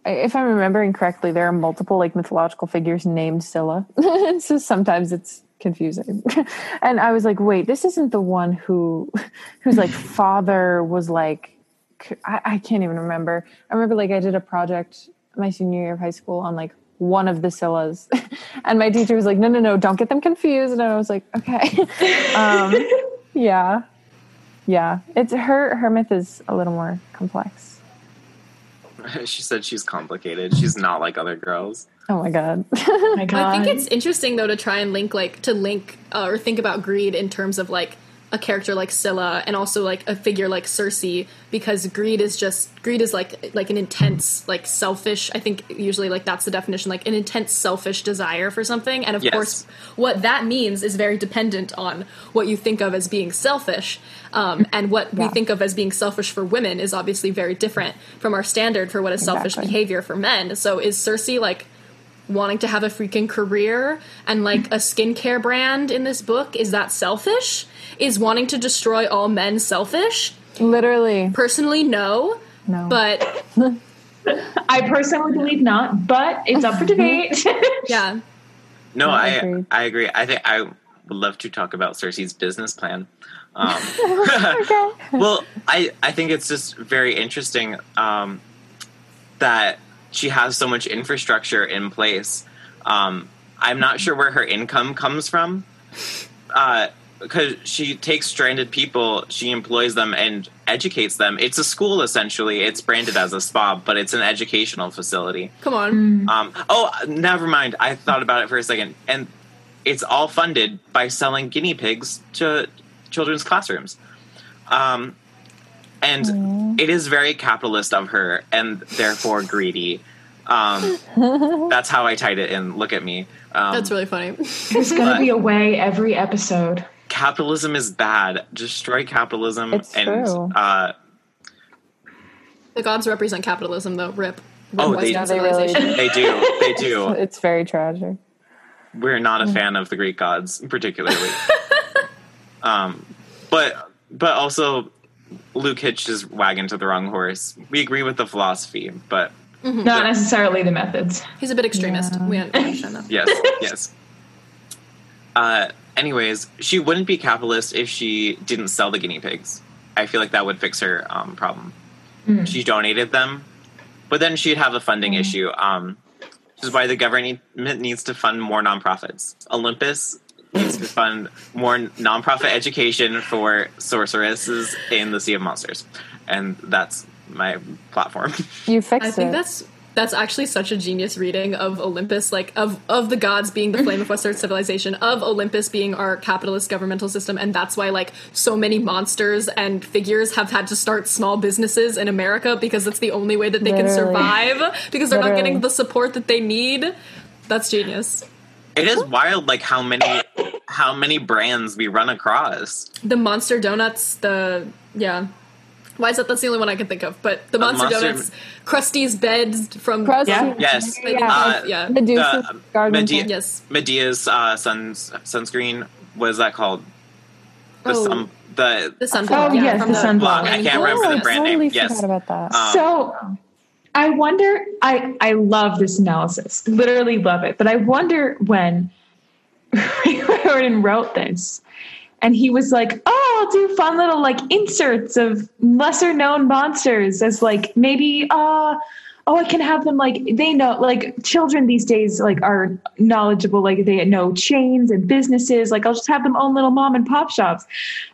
Speaker 1: I- if I'm remembering correctly, there are multiple like mythological figures named Scylla. so sometimes it's confusing. and I was like, wait, this isn't the one who, whose like father was like, c- I, I can't even remember. I remember like I did a project my senior year of high school on like one of the Scyllas, and my teacher was like, no, no, no, don't get them confused. And I was like, okay, um, yeah, yeah. It's her. Her myth is a little more complex.
Speaker 5: she said she's complicated. She's not like other girls.
Speaker 1: Oh my god.
Speaker 6: Oh my god.
Speaker 7: I think it's interesting though to try and link like to link uh, or think about greed in terms of like a character like Scylla and also like a figure like Circe because greed is just greed is like like an intense like selfish I think usually like that's the definition like an intense selfish desire for something and of
Speaker 5: Yes.
Speaker 7: course what that means is very dependent on what you think of as being selfish um, and what we think of as being selfish for women is obviously very different from our standard for what is selfish
Speaker 1: Exactly.
Speaker 7: behavior for men so is Circe like wanting to have a freaking career and like a skincare brand in this book is that selfish is wanting to destroy all men selfish
Speaker 1: Literally.
Speaker 7: personally no
Speaker 1: No.
Speaker 7: but
Speaker 6: I personally believe not, but it's up for debate.
Speaker 7: yeah
Speaker 5: No, I
Speaker 1: agree.
Speaker 5: I agree. I think I would love to talk about Cersei's business plan. Um, well, I I think it's just very interesting um, that she has so much infrastructure in place. Um, I'm not sure where her income comes from. Uh, because she takes stranded people, she employs them and educates them. It's a school essentially. It's branded as a spa, but it's an educational facility.
Speaker 7: come on
Speaker 5: Um, oh, never mind. I thought about it for a second, and it's all funded by selling guinea pigs to children's classrooms. Um, and it is very capitalist of her, and therefore greedy. Um, that's how I tied it in. Look at me. Um,
Speaker 7: that's really funny
Speaker 6: There's gonna be a way every episode.
Speaker 5: capitalism is bad. Destroy capitalism,
Speaker 1: It's
Speaker 5: and
Speaker 1: true.
Speaker 5: uh,
Speaker 7: the gods represent capitalism though rip
Speaker 5: Oh,
Speaker 7: Rip
Speaker 5: they-
Speaker 7: Western
Speaker 1: No, they really
Speaker 7: civilization.
Speaker 5: they do. They do.
Speaker 1: It's very tragic.
Speaker 5: We're not a fan of the Greek gods, particularly. um, but but also Luke hitched his wagon to the wrong horse. We agree with the philosophy, but
Speaker 6: Mm-hmm. Not necessarily the methods.
Speaker 7: he's a bit extremist we understand that
Speaker 5: yes, yes. Uh, anyways, she wouldn't be capitalist if she didn't sell the guinea pigs. I feel like that would fix her um, problem. She donated them, but then she'd have a funding issue, um, which is why the government needs to fund more nonprofits. Olympus needs to fund more nonprofit education for sorceresses in the Sea of Monsters, and that's my platform.
Speaker 1: You
Speaker 7: i
Speaker 1: fixed
Speaker 7: think
Speaker 1: it.
Speaker 7: that's That's actually such a genius reading of Olympus, like of of the gods being the flame of Western civilization, of Olympus being our capitalist governmental system, and that's why like so many monsters and figures have had to start small businesses in America because that's the only way that they can
Speaker 1: Literally.
Speaker 7: survive because they're not
Speaker 1: Literally.
Speaker 7: getting the support that they need. That's genius.
Speaker 5: It is wild, like how many how many brands we run across.
Speaker 7: The monster donuts, the yeah. Why is that? That's the only one I can think of. But the monster,
Speaker 5: Monster-
Speaker 7: donuts, Krusty's beds from
Speaker 1: Krusty,
Speaker 6: Yeah.
Speaker 5: Yes,
Speaker 7: They-
Speaker 1: Yeah.
Speaker 5: Uh,
Speaker 7: yeah.
Speaker 1: Medusa's
Speaker 5: The, um,
Speaker 1: garden.
Speaker 5: Medea-
Speaker 1: thing.
Speaker 7: Yes.
Speaker 5: Medea's uh, suns sunscreen. What is that called? The
Speaker 7: Oh.
Speaker 5: sun. The
Speaker 7: The sunblock.
Speaker 6: Oh, yes,
Speaker 7: from
Speaker 6: the sunblock.
Speaker 5: I
Speaker 7: Rain
Speaker 5: can't
Speaker 7: Forest.
Speaker 5: remember the
Speaker 1: Oh, I
Speaker 5: brand
Speaker 1: totally
Speaker 5: name. Yes.
Speaker 1: forgot about that.
Speaker 5: Um,
Speaker 6: so I wonder I I love this analysis. Literally love it. But I wonder when Ray Riordan wrote this and he was like, "Oh, I'll do fun little like inserts of lesser known monsters as like maybe uh oh, I can have them like they know like children these days like are knowledgeable like they know chains and businesses like I'll just have them own little mom and pop shops."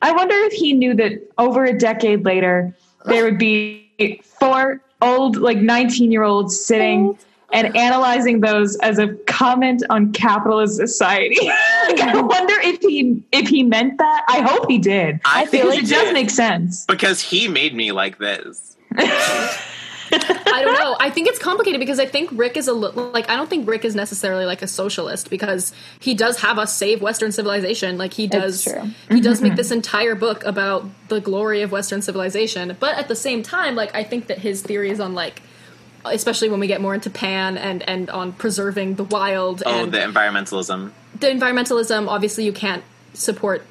Speaker 6: I wonder if he knew that over a decade later there would be four old like 19 year olds sitting and analyzing those as a comment on capitalist society Like, i wonder if he if he meant that i hope he did
Speaker 5: I, think
Speaker 6: because
Speaker 5: he
Speaker 6: it does
Speaker 5: did,
Speaker 6: make sense
Speaker 5: because he made me like this.
Speaker 7: I don't know. I think it's complicated because I think Rick is a li- like I don't think Rick is necessarily like a socialist because he does have us save Western civilization. Like he does,
Speaker 1: It's true.
Speaker 7: he does make this entire book about the glory of Western civilization. But at the same time, like I think that his theories on like, especially when we get more into Pan and and on preserving the wild
Speaker 5: Oh,
Speaker 7: and
Speaker 5: the environmentalism.
Speaker 7: the environmentalism obviously you can't support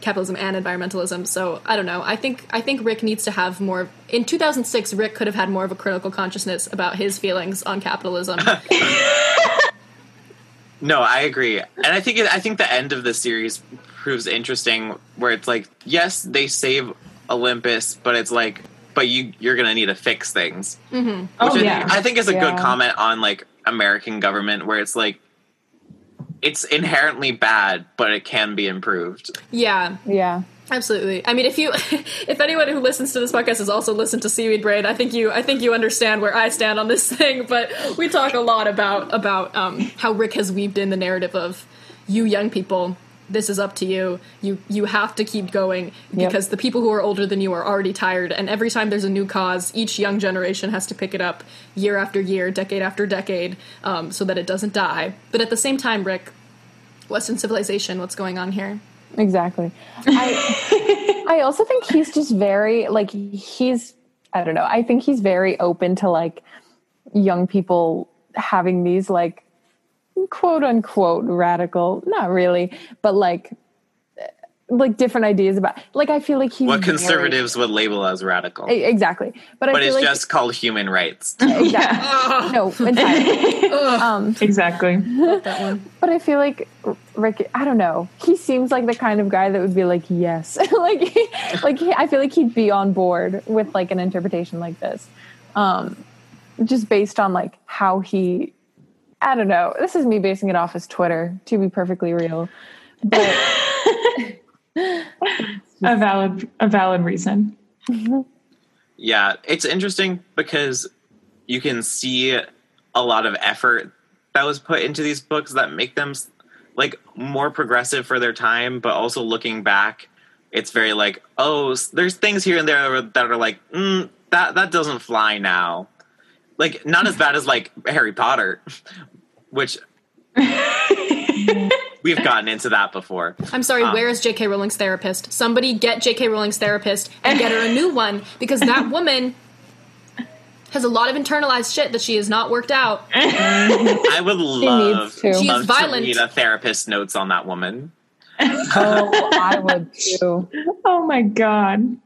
Speaker 7: capitalism and environmentalism so i don't know i think i think rick needs to have more in 2006 rick could have had more of a critical consciousness about his feelings on capitalism
Speaker 5: No, I agree, and I think it, I think the end of the series proves interesting, where it's like, yes, they save Olympus, but it's like, but you you're gonna need to fix things, mm-hmm. which I,
Speaker 6: Oh, yeah.
Speaker 5: think, I think is a
Speaker 1: Yeah.
Speaker 5: good comment on like American government, where it's like, it's inherently bad, but it can be improved.
Speaker 7: yeah
Speaker 1: yeah.
Speaker 7: absolutely i mean if you if anyone who listens to this podcast has also listened to seaweed brain i think you i think you understand where i stand on this thing but we talk a lot about about um, how rick has weaved in the narrative of you young people this is up to you you you have to keep going
Speaker 1: Yep.
Speaker 7: because the people who are older than you are already tired and every time there's a new cause each young generation has to pick it up year after year decade after decade um, so that it doesn't die but at the same time rick western civilization what's going on here
Speaker 1: Exactly. I I also think he's just very like he's I don't know. I think he's very open to like young people having these like quote unquote radical, not really, but like eh, like different ideas about like I feel like he's
Speaker 5: What
Speaker 1: very-
Speaker 5: conservatives would label as radical,
Speaker 1: E- exactly. But, Mm-hmm. I
Speaker 5: but
Speaker 1: feel like
Speaker 5: it's just called human rights.
Speaker 1: exactly. no, entirely. um
Speaker 6: exactly
Speaker 7: that one
Speaker 1: But I feel like R- Rick. I don't know. He seems like the kind of guy that would be like, yes, like, he- like he, I feel like he'd be on board with like an interpretation like this, um, just based on like how he. I don't know. This is me basing it off his Twitter. To be perfectly real, but
Speaker 6: a valid a valid reason
Speaker 5: Yeah, it's interesting because you can see a lot of effort that was put into these books that make them like more progressive for their time, but also looking back, it's very like, oh, s- there's things here and there that are like, mm, that that doesn't fly now. Like not as bad as like Harry Potter, which we've gotten into that before.
Speaker 7: I'm sorry,
Speaker 5: Um,
Speaker 7: where is J.K. Rowling's therapist? Somebody get J.K. Rowling's therapist and get her a new one because that woman has a lot of internalized shit that she has not worked out.
Speaker 5: I would love,
Speaker 1: needs to.
Speaker 7: She's
Speaker 5: love
Speaker 7: violent.
Speaker 5: to read a therapist notes on that woman.
Speaker 1: oh, I would too.
Speaker 6: oh my god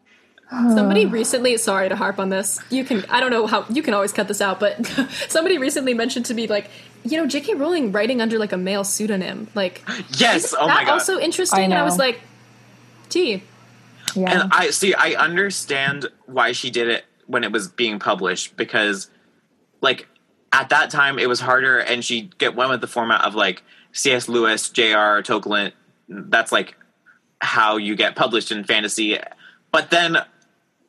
Speaker 7: Somebody recently, sorry to harp on this, you can, I don't know how, you can always cut this out, but somebody recently mentioned to me, like, you know, J.K. Rowling writing under like a male pseudonym. Like,
Speaker 5: Yes,
Speaker 7: isn't
Speaker 5: oh my
Speaker 7: that
Speaker 5: god.
Speaker 7: also interesting?
Speaker 1: I
Speaker 7: And I was
Speaker 1: know.
Speaker 7: like, gee,
Speaker 1: Yeah,
Speaker 5: And I see, I understand why she did it when it was being published because, like, at that time it was harder, and she get went with the format of like C.S. Lewis, J.R. Tolkien. That's like how you get published in fantasy. But then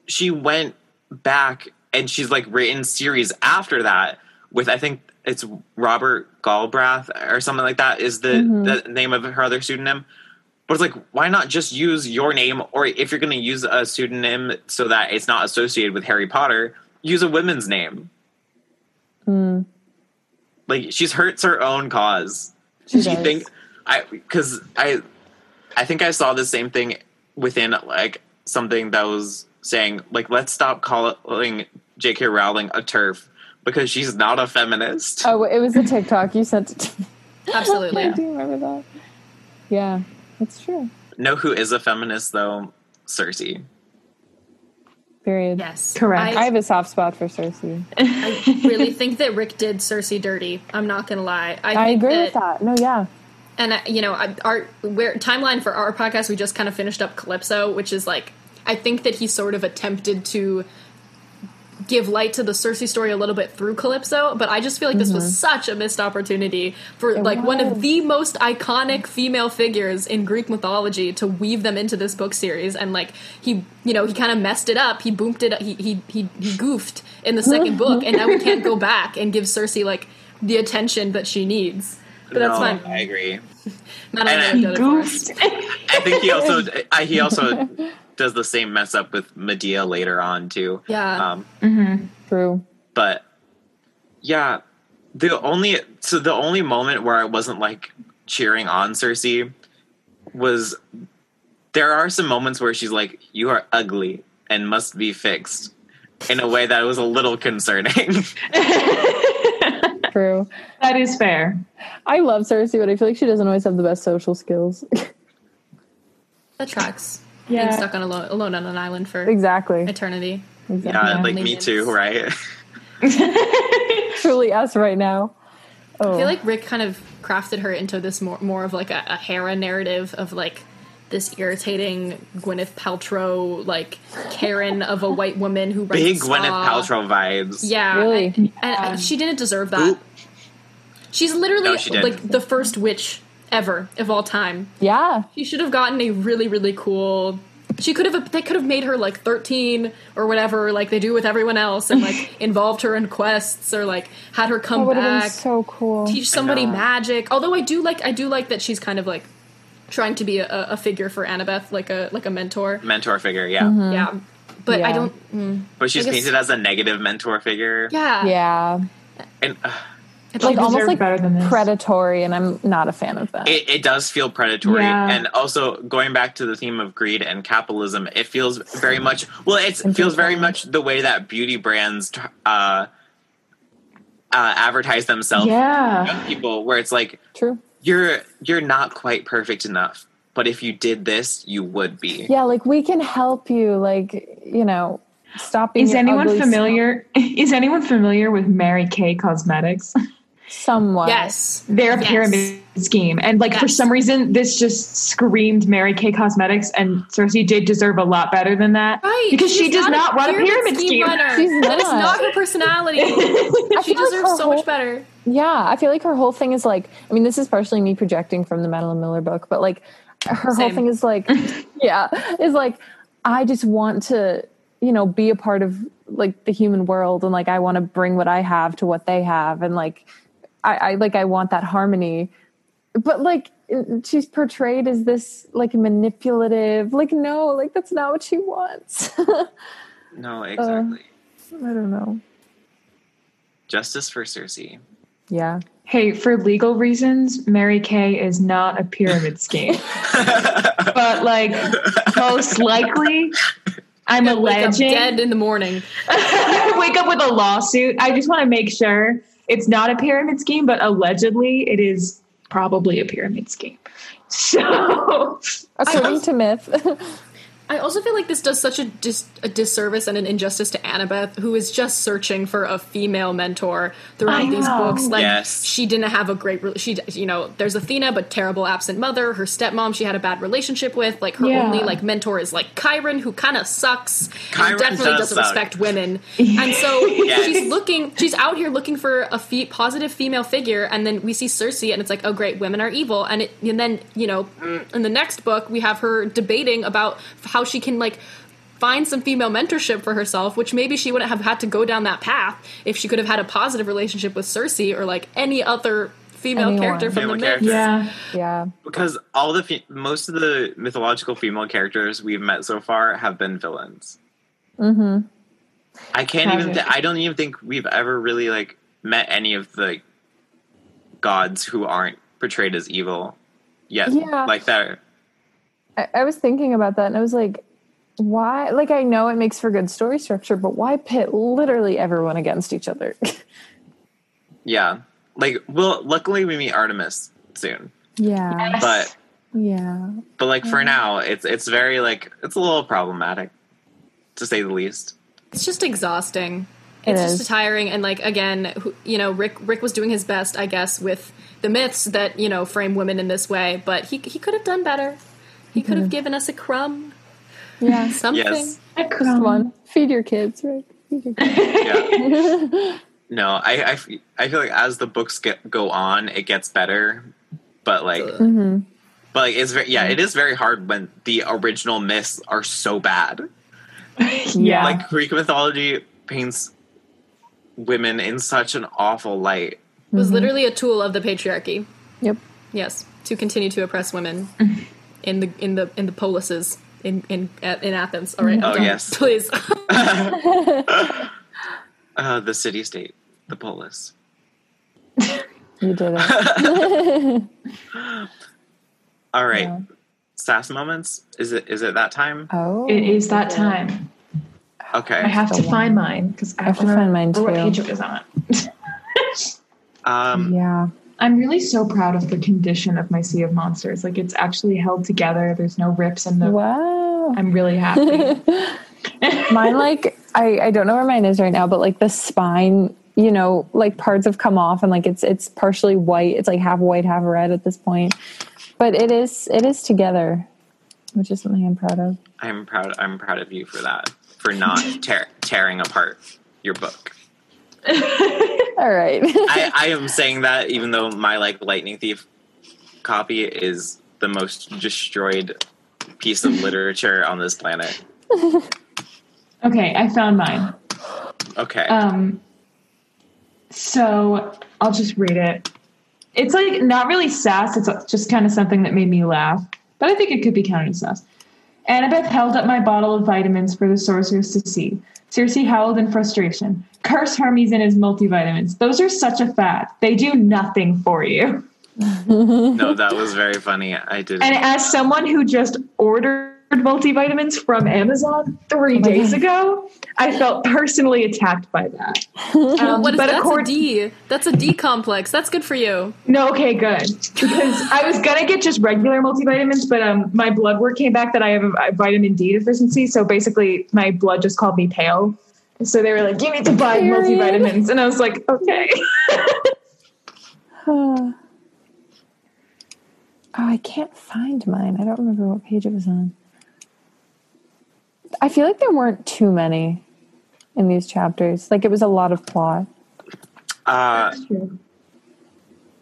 Speaker 5: she went back and she's like written series after that with I think it's Robert Galbraith or something like that is the, the name of her other pseudonym. But it's like, why not just use your name? Or if you're going to use a pseudonym so that it's not associated with Harry Potter, use a woman's name. Like she's hurts her own cause. She,
Speaker 1: does.
Speaker 5: thinks I because I I think I saw the same thing within like something that was saying like let's stop calling J.K. Rowling a turf because she's not a feminist.
Speaker 1: Oh, it was the TikTok you sent. It to me.
Speaker 7: Absolutely.
Speaker 1: I do remember that. Yeah, that's true.
Speaker 5: Know who is a feminist though? Cersei.
Speaker 1: Period.
Speaker 7: Yes.
Speaker 6: Correct.
Speaker 1: I
Speaker 7: I,
Speaker 1: have a soft spot for Cersei.
Speaker 7: I really think that Rick did Cersei dirty. I'm not going to lie. I,
Speaker 1: I
Speaker 7: think
Speaker 1: agree with that. No, yeah.
Speaker 7: and I, you know I- our where timeline for our podcast we just kind of finished up calypso which is like i think that he sort of attempted to give light to the cersei story a little bit through calypso but i just feel like this was such a missed opportunity for like one of the most iconic female figures in greek mythology to weave them into this book series and like he you know he kind of messed it up he boomed it he he he, he goofed in the second book and now we can't go back and give cersei like the attention that she needs but that's
Speaker 5: No,
Speaker 7: fine
Speaker 5: I agree.
Speaker 7: not on
Speaker 5: And
Speaker 7: anecdote for us.
Speaker 6: Goofed.
Speaker 5: I think he also I, he also does the same mess up with Medea later on too.
Speaker 7: Yeah.
Speaker 5: Um,
Speaker 1: True.
Speaker 5: but yeah, the only so the only moment where I wasn't like cheering on Cersei was there are some moments where she's like, "You are ugly and must be fixed," in a way that was a little concerning.
Speaker 1: True.
Speaker 6: that is fair.
Speaker 1: I love Cersei, but I feel like she doesn't always have the best social skills.
Speaker 7: That tracks. Being
Speaker 6: Yeah.
Speaker 7: stuck on alone, alone on an island for
Speaker 1: exactly.
Speaker 7: eternity.
Speaker 5: yeah, Uh, like me
Speaker 7: Loneliness.
Speaker 5: too, right?
Speaker 1: Truly us right now. Oh,
Speaker 7: I feel like Rick kind of crafted her into this more more of like a, a Hera narrative of like this irritating Gwyneth Paltrow, like Karen of a white woman who writes
Speaker 5: Big Gwyneth
Speaker 7: spa.
Speaker 5: Paltrow vibes.
Speaker 7: Yeah,
Speaker 1: Really?
Speaker 7: and, and I- she didn't deserve that.
Speaker 5: Oop.
Speaker 7: She's literally
Speaker 5: No, she didn't.
Speaker 7: like the first witch ever of all time.
Speaker 1: yeah.
Speaker 7: She should have gotten a really, really cool. She could have. They could have made her like thirteen or whatever, like they do with everyone else, and like involved her in quests or like had her
Speaker 1: That
Speaker 7: come
Speaker 1: would have been
Speaker 7: back,
Speaker 1: so cool.
Speaker 7: teach somebody
Speaker 5: know.
Speaker 7: magic. Although I do like, I do like that she's kind of like trying to be a, a figure for Annabeth, like a like a mentor.
Speaker 5: Mentor figure, yeah.
Speaker 6: Mm-hmm.
Speaker 7: Yeah, but I
Speaker 1: Yeah.
Speaker 7: don't. mm,
Speaker 5: But she's
Speaker 7: Mm-hmm. guess-
Speaker 5: painted as a negative mentor figure.
Speaker 7: Yeah,
Speaker 1: yeah.
Speaker 5: And uh,
Speaker 7: It's
Speaker 1: Like
Speaker 7: like,
Speaker 1: almost
Speaker 6: deserved
Speaker 1: like
Speaker 6: better than this.
Speaker 1: predatory, and I'm not a fan of that.
Speaker 5: it, it does feel predatory
Speaker 6: Yeah.
Speaker 5: and also going back to the theme of greed and capitalism it feels very much well it's, it feels very much the way that beauty brands tr- uh, uh, advertise themselves
Speaker 6: Yeah.
Speaker 5: to people where it's like
Speaker 1: True.
Speaker 5: you're you're not quite perfect enough but if you did this you would be
Speaker 1: Yeah, like we can help you. Like you know, stop being.
Speaker 6: Is
Speaker 1: your
Speaker 6: anyone
Speaker 1: ugly
Speaker 6: familiar? Is anyone familiar with Mary Kay Cosmetics?
Speaker 1: self Somewhat.
Speaker 7: yes,
Speaker 6: They're a
Speaker 7: Yes.
Speaker 6: pyramid scheme, and like for
Speaker 7: Yes.
Speaker 6: some reason, this just screamed Mary Kay Cosmetics, and Cersei did deserve a lot better than that,
Speaker 7: right.
Speaker 6: Because she
Speaker 7: she's
Speaker 6: does not,
Speaker 7: a
Speaker 6: want a pyramid scheme.
Speaker 7: runner.
Speaker 1: She's
Speaker 7: That is
Speaker 1: not.
Speaker 7: not her personality.
Speaker 1: I
Speaker 7: she
Speaker 1: feel like
Speaker 7: deserves
Speaker 1: her
Speaker 7: so
Speaker 1: whole-
Speaker 7: much better.
Speaker 1: Yeah, I feel like her whole thing is like. I mean, this is partially me projecting from the Madeline Miller book, but like her whole
Speaker 7: Same.
Speaker 1: thing is like, yeah, is like I just want to, you know, be a part of like the human world, and like I want to bring what I have to what they have, and like I, I like I want that harmony, but like she's portrayed as this like manipulative like no like that's not what she wants i
Speaker 5: no exactly
Speaker 1: don't know
Speaker 5: justice for cersei
Speaker 1: yeah
Speaker 6: Hey, for legal reasons, Mary Kay is not a pyramid scheme. but like most likely, I'm
Speaker 7: Wake up
Speaker 6: alleging
Speaker 7: dead in the morning.
Speaker 6: wake up with a lawsuit. I just want to make sure it's not a pyramid scheme, but allegedly it is probably a pyramid scheme. So
Speaker 1: according to myth
Speaker 7: I also feel like this does such a, dis- a disservice and an injustice to Annabeth, who is just searching for a female mentor throughout
Speaker 6: I
Speaker 7: these
Speaker 6: know.
Speaker 7: books. Like
Speaker 5: Yes.
Speaker 7: she didn't have a great, re- she you know, there's Athena, but terrible absent mother. Her stepmom, she had a bad relationship with. Like her
Speaker 6: Yeah.
Speaker 7: only like mentor is like Chiron, who kind of sucks
Speaker 5: Chiron
Speaker 7: and definitely
Speaker 5: does
Speaker 7: doesn't
Speaker 5: suck.
Speaker 7: respect women. And so
Speaker 5: Yes.
Speaker 7: she's looking, she's out here looking for a fe- positive female figure, and then we see Cersei, and it's like, oh great, women are evil. And it, and then you know, in the next book, we have her debating about how she can like find some female mentorship for herself, which maybe she wouldn't have had to go down that path if she could have had a positive relationship with Cersei or like any other female
Speaker 1: Anyone.
Speaker 7: character from
Speaker 5: Female
Speaker 7: the
Speaker 5: character.
Speaker 7: myth.
Speaker 6: Yeah.
Speaker 1: Yeah.
Speaker 5: because all the fe- most of the mythological female characters we've met so far have been villains.
Speaker 1: Mm-hmm.
Speaker 5: I can't even.
Speaker 6: Tragic.
Speaker 5: Th- I don't even think we've ever really like met any of the gods who aren't portrayed as evil yet,
Speaker 1: Yeah.
Speaker 5: like that.
Speaker 1: I, I was thinking about that and I was like, why? Like, I know it makes for good story structure, but why pit literally everyone against each other?
Speaker 5: Yeah, like well, luckily we meet Artemis soon,
Speaker 1: yeah.
Speaker 6: Yes.
Speaker 5: but
Speaker 1: Yeah.
Speaker 5: but like for now, it's it's very like it's a little problematic, to say the least.
Speaker 7: It's just exhausting.
Speaker 1: It
Speaker 7: it's
Speaker 1: is.
Speaker 7: just tiring and like again, who- you know, Rick Rick was doing his best, I guess, with the myths that, you know, frame women in this way, but he he could have done better. He could have given us a crumb,
Speaker 1: Mm-hmm. Yeah.
Speaker 7: something.
Speaker 5: Yes.
Speaker 1: Come
Speaker 6: um,
Speaker 1: on. Feed your kids, right? Feed your kids.
Speaker 5: Yeah. no, I, I f- I feel like as the books get go on, it gets better, but like.
Speaker 6: Mm-hmm.
Speaker 1: Mhm.
Speaker 5: But like, it's very yeah, it is very hard when the original myths are so bad.
Speaker 6: yeah.
Speaker 5: like Greek mythology paints women in such an awful light.
Speaker 7: It
Speaker 1: Mm-hmm.
Speaker 7: was literally a tool of the patriarchy.
Speaker 1: Yep.
Speaker 7: Yes, to continue to oppress women in the in the in the polises in in at- in Athens. All
Speaker 1: Mm-hmm.
Speaker 7: right, I'm
Speaker 5: Oh,
Speaker 7: done.
Speaker 5: yes.
Speaker 7: please.
Speaker 1: Um,
Speaker 5: Uh, the city state, the polis.
Speaker 1: You did it.
Speaker 5: All right, sass moments. Is it is it that time?
Speaker 1: Oh.
Speaker 6: It is that time.
Speaker 5: Okay.
Speaker 6: Uh, I have to
Speaker 1: one.
Speaker 6: find mine because I
Speaker 1: have to
Speaker 6: remember
Speaker 1: find mine,
Speaker 6: What
Speaker 1: too.
Speaker 6: page it was on?
Speaker 5: um,
Speaker 1: Yeah.
Speaker 6: I'm really so proud of the condition of my Sea of Monsters. Like it's actually held together. There's no rips in the.
Speaker 1: Wow.
Speaker 6: I'm really happy.
Speaker 1: mine like I, I don't know where mine is right now but like the spine you know like parts have come off and like it's it's partially white it's like half white half red at this point but it is it is together which is something i'm proud of
Speaker 5: I'm proud. I'm proud of you for that. For not tear, tearing apart your book.
Speaker 1: all right
Speaker 5: I, I am saying that even though my like lightning thief copy is the most destroyed piece of literature on this planet.
Speaker 6: okay, I found mine.
Speaker 5: Okay.
Speaker 6: Um, so I'll just read it. It's like not really sass. It's just kind of something that made me laugh, but I think it could be counted as sass. Annabeth held up my bottle of vitamins for the sorceress to see. Cersei howled in frustration. Curse Hermes and his multivitamins. Those are such a fad. They do nothing for you.
Speaker 5: no, that was very funny. I did.
Speaker 6: And as someone who just ordered multivitamins from Amazon three days ago, I felt personally attacked by that. Um,
Speaker 7: what is that's
Speaker 6: accord-
Speaker 7: a D. That's a D complex. That's good for you.
Speaker 6: No, okay, good. Because I was gonna get just regular multivitamins, but um, my blood work came back that I have a vi- vitamin D deficiency. So basically, my blood just called me pale. So they were like, "You need to buy multivitamins," and I was like, "Okay."
Speaker 1: oh i can't find mine i don't remember what page it was on i feel like there weren't too many in these chapters like it was a lot of plot
Speaker 5: Uh,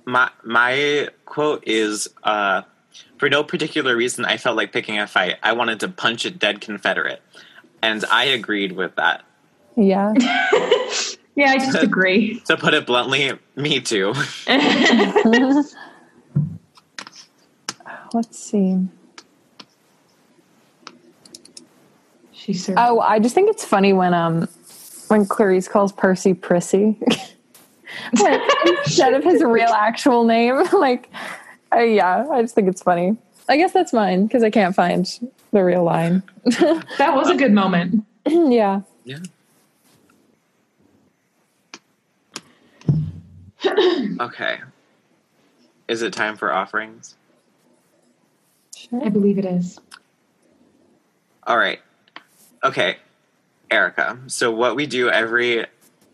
Speaker 5: my my quote is uh, for no particular reason I felt like picking a fight. I wanted to punch a dead Confederate, and I agreed with that.
Speaker 1: yeah
Speaker 6: yeah, I just agree.
Speaker 5: To put it bluntly, me too.
Speaker 1: let's see
Speaker 6: She sure.
Speaker 1: Oh, I just think it's funny when um when Clarice calls Percy Prissy Like, instead of his real actual name. Like, uh, yeah, I just think it's funny. I guess that's mine because I can't find the real line. Hmm,
Speaker 6: that was a good moment.
Speaker 1: yeah,
Speaker 5: Yeah. okay. Is it time for offerings?
Speaker 6: I believe it is.
Speaker 5: All right. Okay, Erica. So what we do every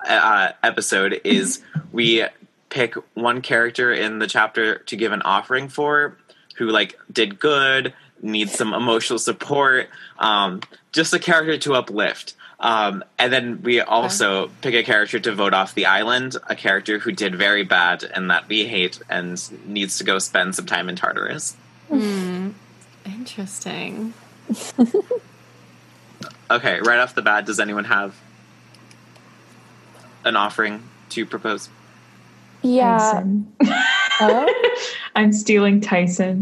Speaker 5: uh, episode is we pick one character in the chapter to give an offering for, who like did good, needs some emotional support, um, just a character to uplift. Um, and then we also pick a character to vote off the island, a character who did very bad and that we hate and needs to go spend some time in Tartarus.
Speaker 7: Interesting.
Speaker 5: Okay, right off the bat, does anyone have an offering to propose?
Speaker 1: Yeah.
Speaker 6: Tyson.
Speaker 1: Oh,
Speaker 6: Uh, I'm stealing Tyson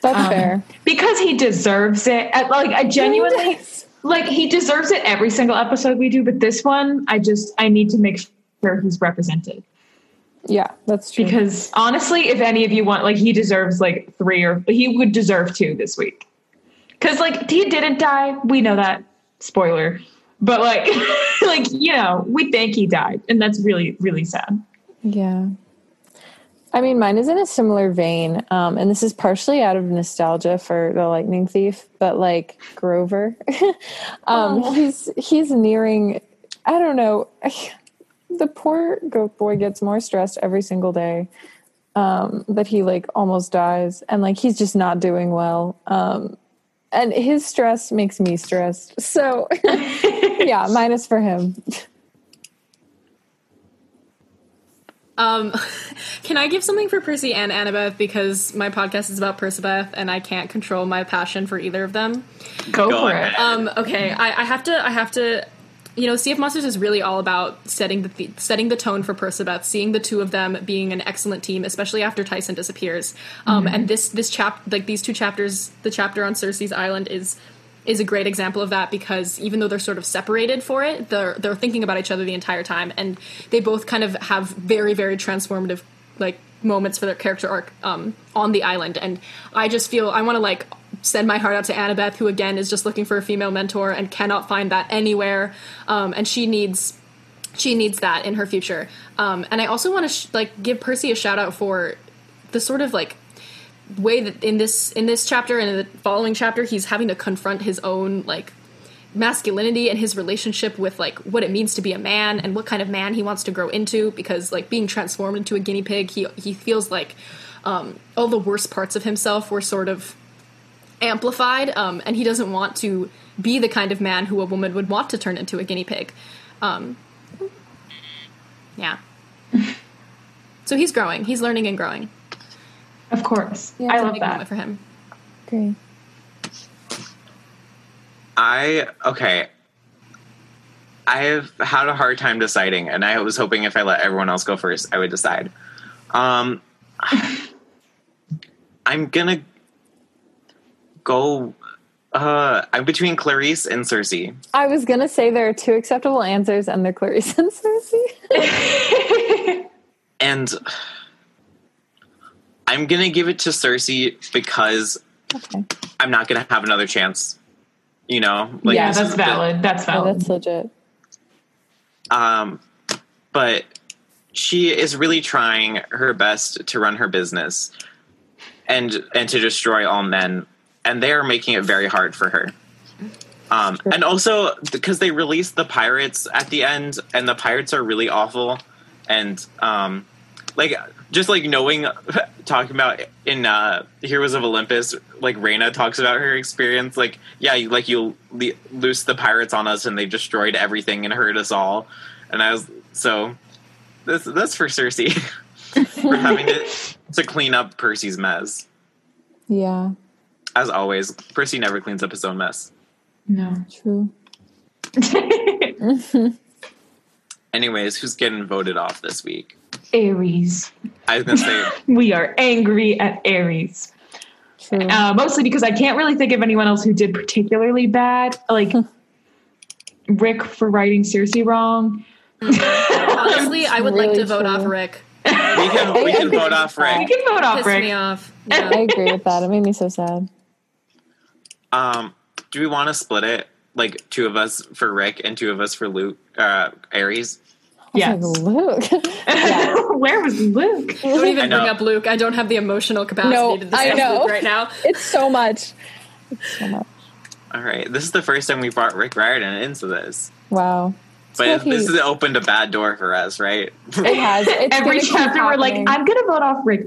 Speaker 1: that's
Speaker 6: Um,
Speaker 1: fair.
Speaker 6: because he deserves it. Uh, Like I genuinely, like he deserves it every single episode we do, but this one, I just I need to make sure he's represented
Speaker 1: Yeah, that's true.
Speaker 6: because honestly, if any of you want, like he deserves like three or he would deserve two this week because like he didn't die. We know that spoiler, but like like you know we think he died, and that's really really sad.
Speaker 1: Yeah. I mean, mine is in a similar vein. Um, and this is partially out of nostalgia for the Lightning Thief, but like Grover, um, he's, he's nearing, I don't know, the poor goat boy gets more stressed every single day um, that he like almost dies and like he's just not doing well. Um, and his stress makes me stressed. So yeah, minus for him.
Speaker 7: Um, can I give something for Percy and Annabeth because my podcast is about Persebeth and I can't control my passion for either of them.
Speaker 6: Go,
Speaker 5: Go
Speaker 6: for
Speaker 5: ahead.
Speaker 6: it.
Speaker 7: Um, okay, I, I have to. I have to. You know, Sea of Monsters is really all about setting the, the setting the tone for Persebeth, seeing the two of them being an excellent team, especially after Tyson disappears. Um, and this this chap like these two chapters, the chapter on Cersei's island is is a great example of that because even though they're sort of separated for it, they're they're thinking about each other the entire time, and they both kind of have very very transformative like moments for their character arc um, on the island. And I just feel I want to like send my heart out to Annabeth, who again is just looking for a female mentor and cannot find that anywhere, um, and she needs she needs that in her future. Um, and I also want to sh- like give Percy a shout out for the sort of like way that in this in this chapter and in the following chapter he's having to confront his own like masculinity and his relationship with like what it means to be a man and what kind of man he wants to grow into because like being transformed into a guinea pig he he feels like um, all the worst parts of himself were sort of amplified um, and he doesn't want to be the kind of man who a woman would want to turn into a guinea pig um, yeah so he's growing he's learning and growing
Speaker 6: of course,
Speaker 1: Yeah,
Speaker 6: I
Speaker 1: it's a
Speaker 6: love
Speaker 7: big
Speaker 6: that.
Speaker 7: moment for him
Speaker 1: Great.
Speaker 5: I okay. I have had a hard time deciding, and I was hoping if I let everyone else go first, I would decide. Um, I'm gonna go. Uh, I'm between Clarice and Cersei.
Speaker 1: I was gonna say there are two acceptable answers, and they're Clarice and Cersei.
Speaker 5: And I'm gonna give it to Cersei because
Speaker 1: Okay.
Speaker 5: I'm not gonna have another chance. You know, like
Speaker 6: yeah,
Speaker 5: this
Speaker 6: that's
Speaker 5: is the-
Speaker 6: valid. That's
Speaker 1: Oh,
Speaker 6: valid.
Speaker 1: that's legit.
Speaker 5: um, but she is really trying her best to run her business and and to destroy all men, and they are making it very hard for her. Um, and also because they released the pirates at the end, and the pirates are really awful, and um, like just like knowing talking about in uh heroes of olympus like Reyna talks about her experience like yeah you, like you le- loose the pirates on us and they destroyed everything and hurt us all and i was so this that's for cersei for having to, to clean up percy's mess
Speaker 1: Yeah,
Speaker 5: as always percy never cleans up his own mess
Speaker 6: No.
Speaker 1: true.
Speaker 5: anyways who's getting voted off this week
Speaker 6: Aries.
Speaker 5: i was gonna say
Speaker 6: We are angry at Aries.
Speaker 1: True.
Speaker 6: Uh, mostly because I can't really think of anyone else who did particularly bad. Like Rick for writing Cersei wrong.
Speaker 7: Honestly, I would like
Speaker 1: really
Speaker 7: to vote
Speaker 1: true.
Speaker 7: off Rick.
Speaker 5: we can we can vote off
Speaker 6: We
Speaker 5: rick
Speaker 6: can vote off
Speaker 7: Pissed me
Speaker 6: Rick.
Speaker 7: off.
Speaker 1: I
Speaker 7: Yeah.
Speaker 1: agree with that. It made me so sad.
Speaker 5: Um, do we want to split it? Like two of us for Rick and two of us for Luke, uh, Aries.
Speaker 1: I
Speaker 6: Yes.
Speaker 1: was like, Luke.
Speaker 6: Where was Luke?
Speaker 7: don't
Speaker 5: I
Speaker 7: even
Speaker 5: know.
Speaker 7: bring up Luke. I don't have the emotional capacity
Speaker 1: No,
Speaker 7: to
Speaker 1: I
Speaker 7: discuss
Speaker 1: know.
Speaker 7: Luke right now.
Speaker 1: it's so much. It's so much.
Speaker 5: All right, this is the first time we brought Rick Riordan into this,
Speaker 1: Wow. It's
Speaker 5: but
Speaker 1: what he-
Speaker 5: this has opened a bad door for us, right?
Speaker 1: it has. It's
Speaker 6: Every
Speaker 1: gonna keep
Speaker 6: chapter we're like,
Speaker 1: happening
Speaker 6: I'm gonna vote off Rick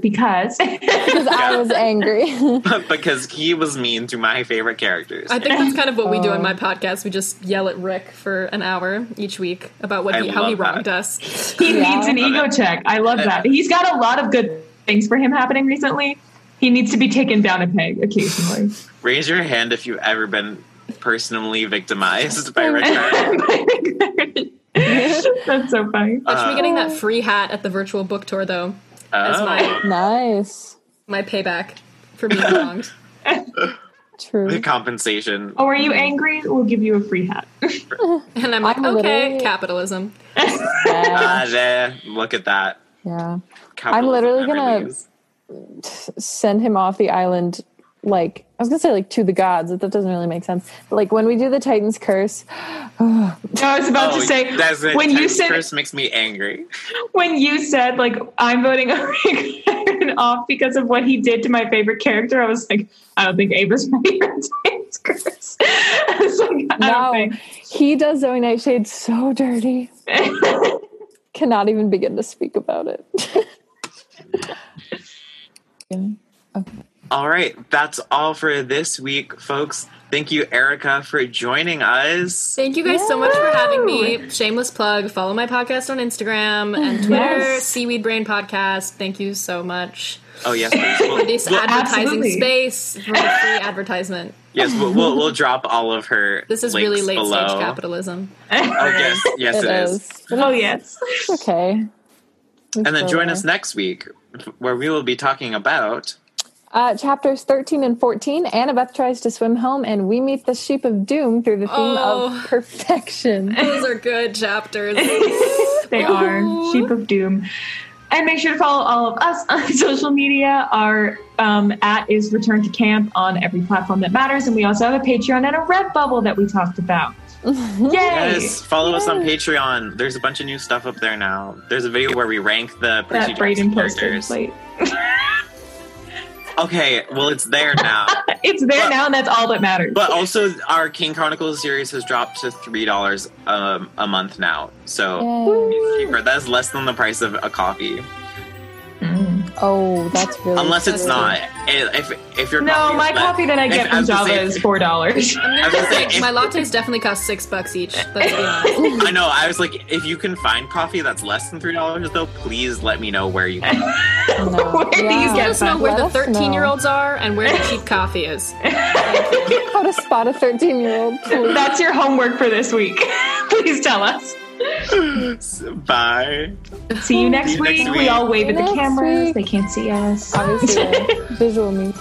Speaker 6: because
Speaker 1: because I was angry.
Speaker 5: because he was mean to my favorite characters.
Speaker 7: I think that's kind of what we do on
Speaker 1: Oh.
Speaker 7: my podcast. We just yell at Rick for an hour each week about what
Speaker 5: I
Speaker 7: he, how he
Speaker 5: love that.
Speaker 7: wronged us.
Speaker 6: he
Speaker 1: Yeah.
Speaker 6: needs an ego check. I love that. He's got a lot of good things for him happening recently. He needs to be taken down a peg occasionally.
Speaker 5: Raise your hand if you've ever been personally victimized
Speaker 1: Oh,
Speaker 5: by Richard.
Speaker 6: That's so funny.
Speaker 7: I should be getting that free hat at the virtual book tour though. As
Speaker 5: Oh.
Speaker 7: my
Speaker 1: Nice.
Speaker 7: my payback for being wronged.
Speaker 5: Oh, the
Speaker 1: True.
Speaker 5: compensation.
Speaker 6: Oh, are you
Speaker 1: Mm-hmm.
Speaker 6: angry? We'll give you a free hat.
Speaker 7: And I'm like,
Speaker 1: I'm
Speaker 7: okay,
Speaker 1: literally-
Speaker 7: capitalism.
Speaker 1: Yeah.
Speaker 5: Ah, there. Look at that.
Speaker 1: yeah.
Speaker 5: Capitalism
Speaker 1: literally
Speaker 5: never
Speaker 1: gonna-
Speaker 5: leaves.
Speaker 1: Send him off the island. Like I was gonna say, like to the gods. That that doesn't really make sense. But, like when we do the Titan's curse,
Speaker 6: No, I was about
Speaker 5: Oh,
Speaker 6: to say
Speaker 5: that's it.
Speaker 6: when you
Speaker 5: Text
Speaker 6: said
Speaker 5: curse makes me angry.
Speaker 6: when you said like I'm voting Oregon off because of what he did to my favorite character, I was like, I don't think Ava's my favorite Titan's curse. I was like, I
Speaker 1: no,
Speaker 6: don't think.
Speaker 1: he does Zoe Nightshade so dirty. Cannot even begin to speak about it.
Speaker 5: All right, that's all for this week, folks. Thank you, Erica, for joining us.
Speaker 7: Thank you guys so much for having me. Shameless plug. Follow my podcast on Instagram and Twitter, Seaweed Brain Podcast. Thank you so much
Speaker 5: Oh yes, please.
Speaker 7: for
Speaker 5: We'll,
Speaker 7: this advertising
Speaker 6: absolutely.
Speaker 7: space for the free advertisement.
Speaker 5: yes, we'll, we'll, we'll drop all of her.
Speaker 7: This is
Speaker 5: links
Speaker 7: really late
Speaker 5: below.
Speaker 7: stage capitalism.
Speaker 5: Oh yes, yes it is.
Speaker 6: Oh yes.
Speaker 1: Okay.
Speaker 5: And then join us next week, where we will be talking about.
Speaker 1: Uh, chapters 13 and 14 Annabeth tries to swim home, and we meet the sheep of doom through the theme
Speaker 7: Oh.
Speaker 1: of perfection.
Speaker 7: Those are good chapters.
Speaker 6: They are Sheep of Doom. And make sure to follow all of us on social media. Our um, at is Return to Camp on every platform that matters. And we also have a Patreon and a Redbubble that we talked about. Yay!
Speaker 5: Yes, follow us on Patreon. There's a bunch of new stuff up there now. There's a video where we rank the Percy
Speaker 6: That
Speaker 5: Jackson
Speaker 6: Brayden posted.
Speaker 5: characters.
Speaker 6: Like,
Speaker 5: Okay, well it's there now.
Speaker 6: it's there
Speaker 5: But-
Speaker 6: now, and that's all that matters.
Speaker 5: but also, our King Chronicles series has dropped to three dollars um, a month now. So.
Speaker 1: Yay.
Speaker 5: It's cheaper. That's less than the price of a coffee.
Speaker 6: Mm.
Speaker 1: Oh, that's really.
Speaker 5: Unless it's
Speaker 1: expensive.
Speaker 5: not. I- If if your
Speaker 6: no,
Speaker 5: coffee
Speaker 6: my
Speaker 5: is less-
Speaker 6: coffee that I
Speaker 5: if-
Speaker 6: get
Speaker 5: I
Speaker 6: from
Speaker 5: was gonna
Speaker 6: Java
Speaker 5: say-
Speaker 6: is four dollars.
Speaker 5: I was gonna say, if-
Speaker 7: my lattes definitely cost six bucks each. Let's be honest.
Speaker 5: I know. I was like, if you can find coffee that's less than three dollars, though, please let me know where you. Can.
Speaker 1: No.
Speaker 6: Where do you
Speaker 1: Yeah.
Speaker 7: Let us know where
Speaker 1: Let
Speaker 7: the
Speaker 1: us know.
Speaker 7: 13 year olds are and where the cheap coffee is.
Speaker 1: How to spot a 13 year old.
Speaker 6: that's your homework for this week. Please tell us.
Speaker 5: Bye.
Speaker 6: See you next
Speaker 5: See you next
Speaker 6: week.
Speaker 5: week.
Speaker 6: We all wave at the
Speaker 1: Next
Speaker 6: cameras.
Speaker 1: week.
Speaker 6: They can't see us.
Speaker 1: Obviously, uh, visual means.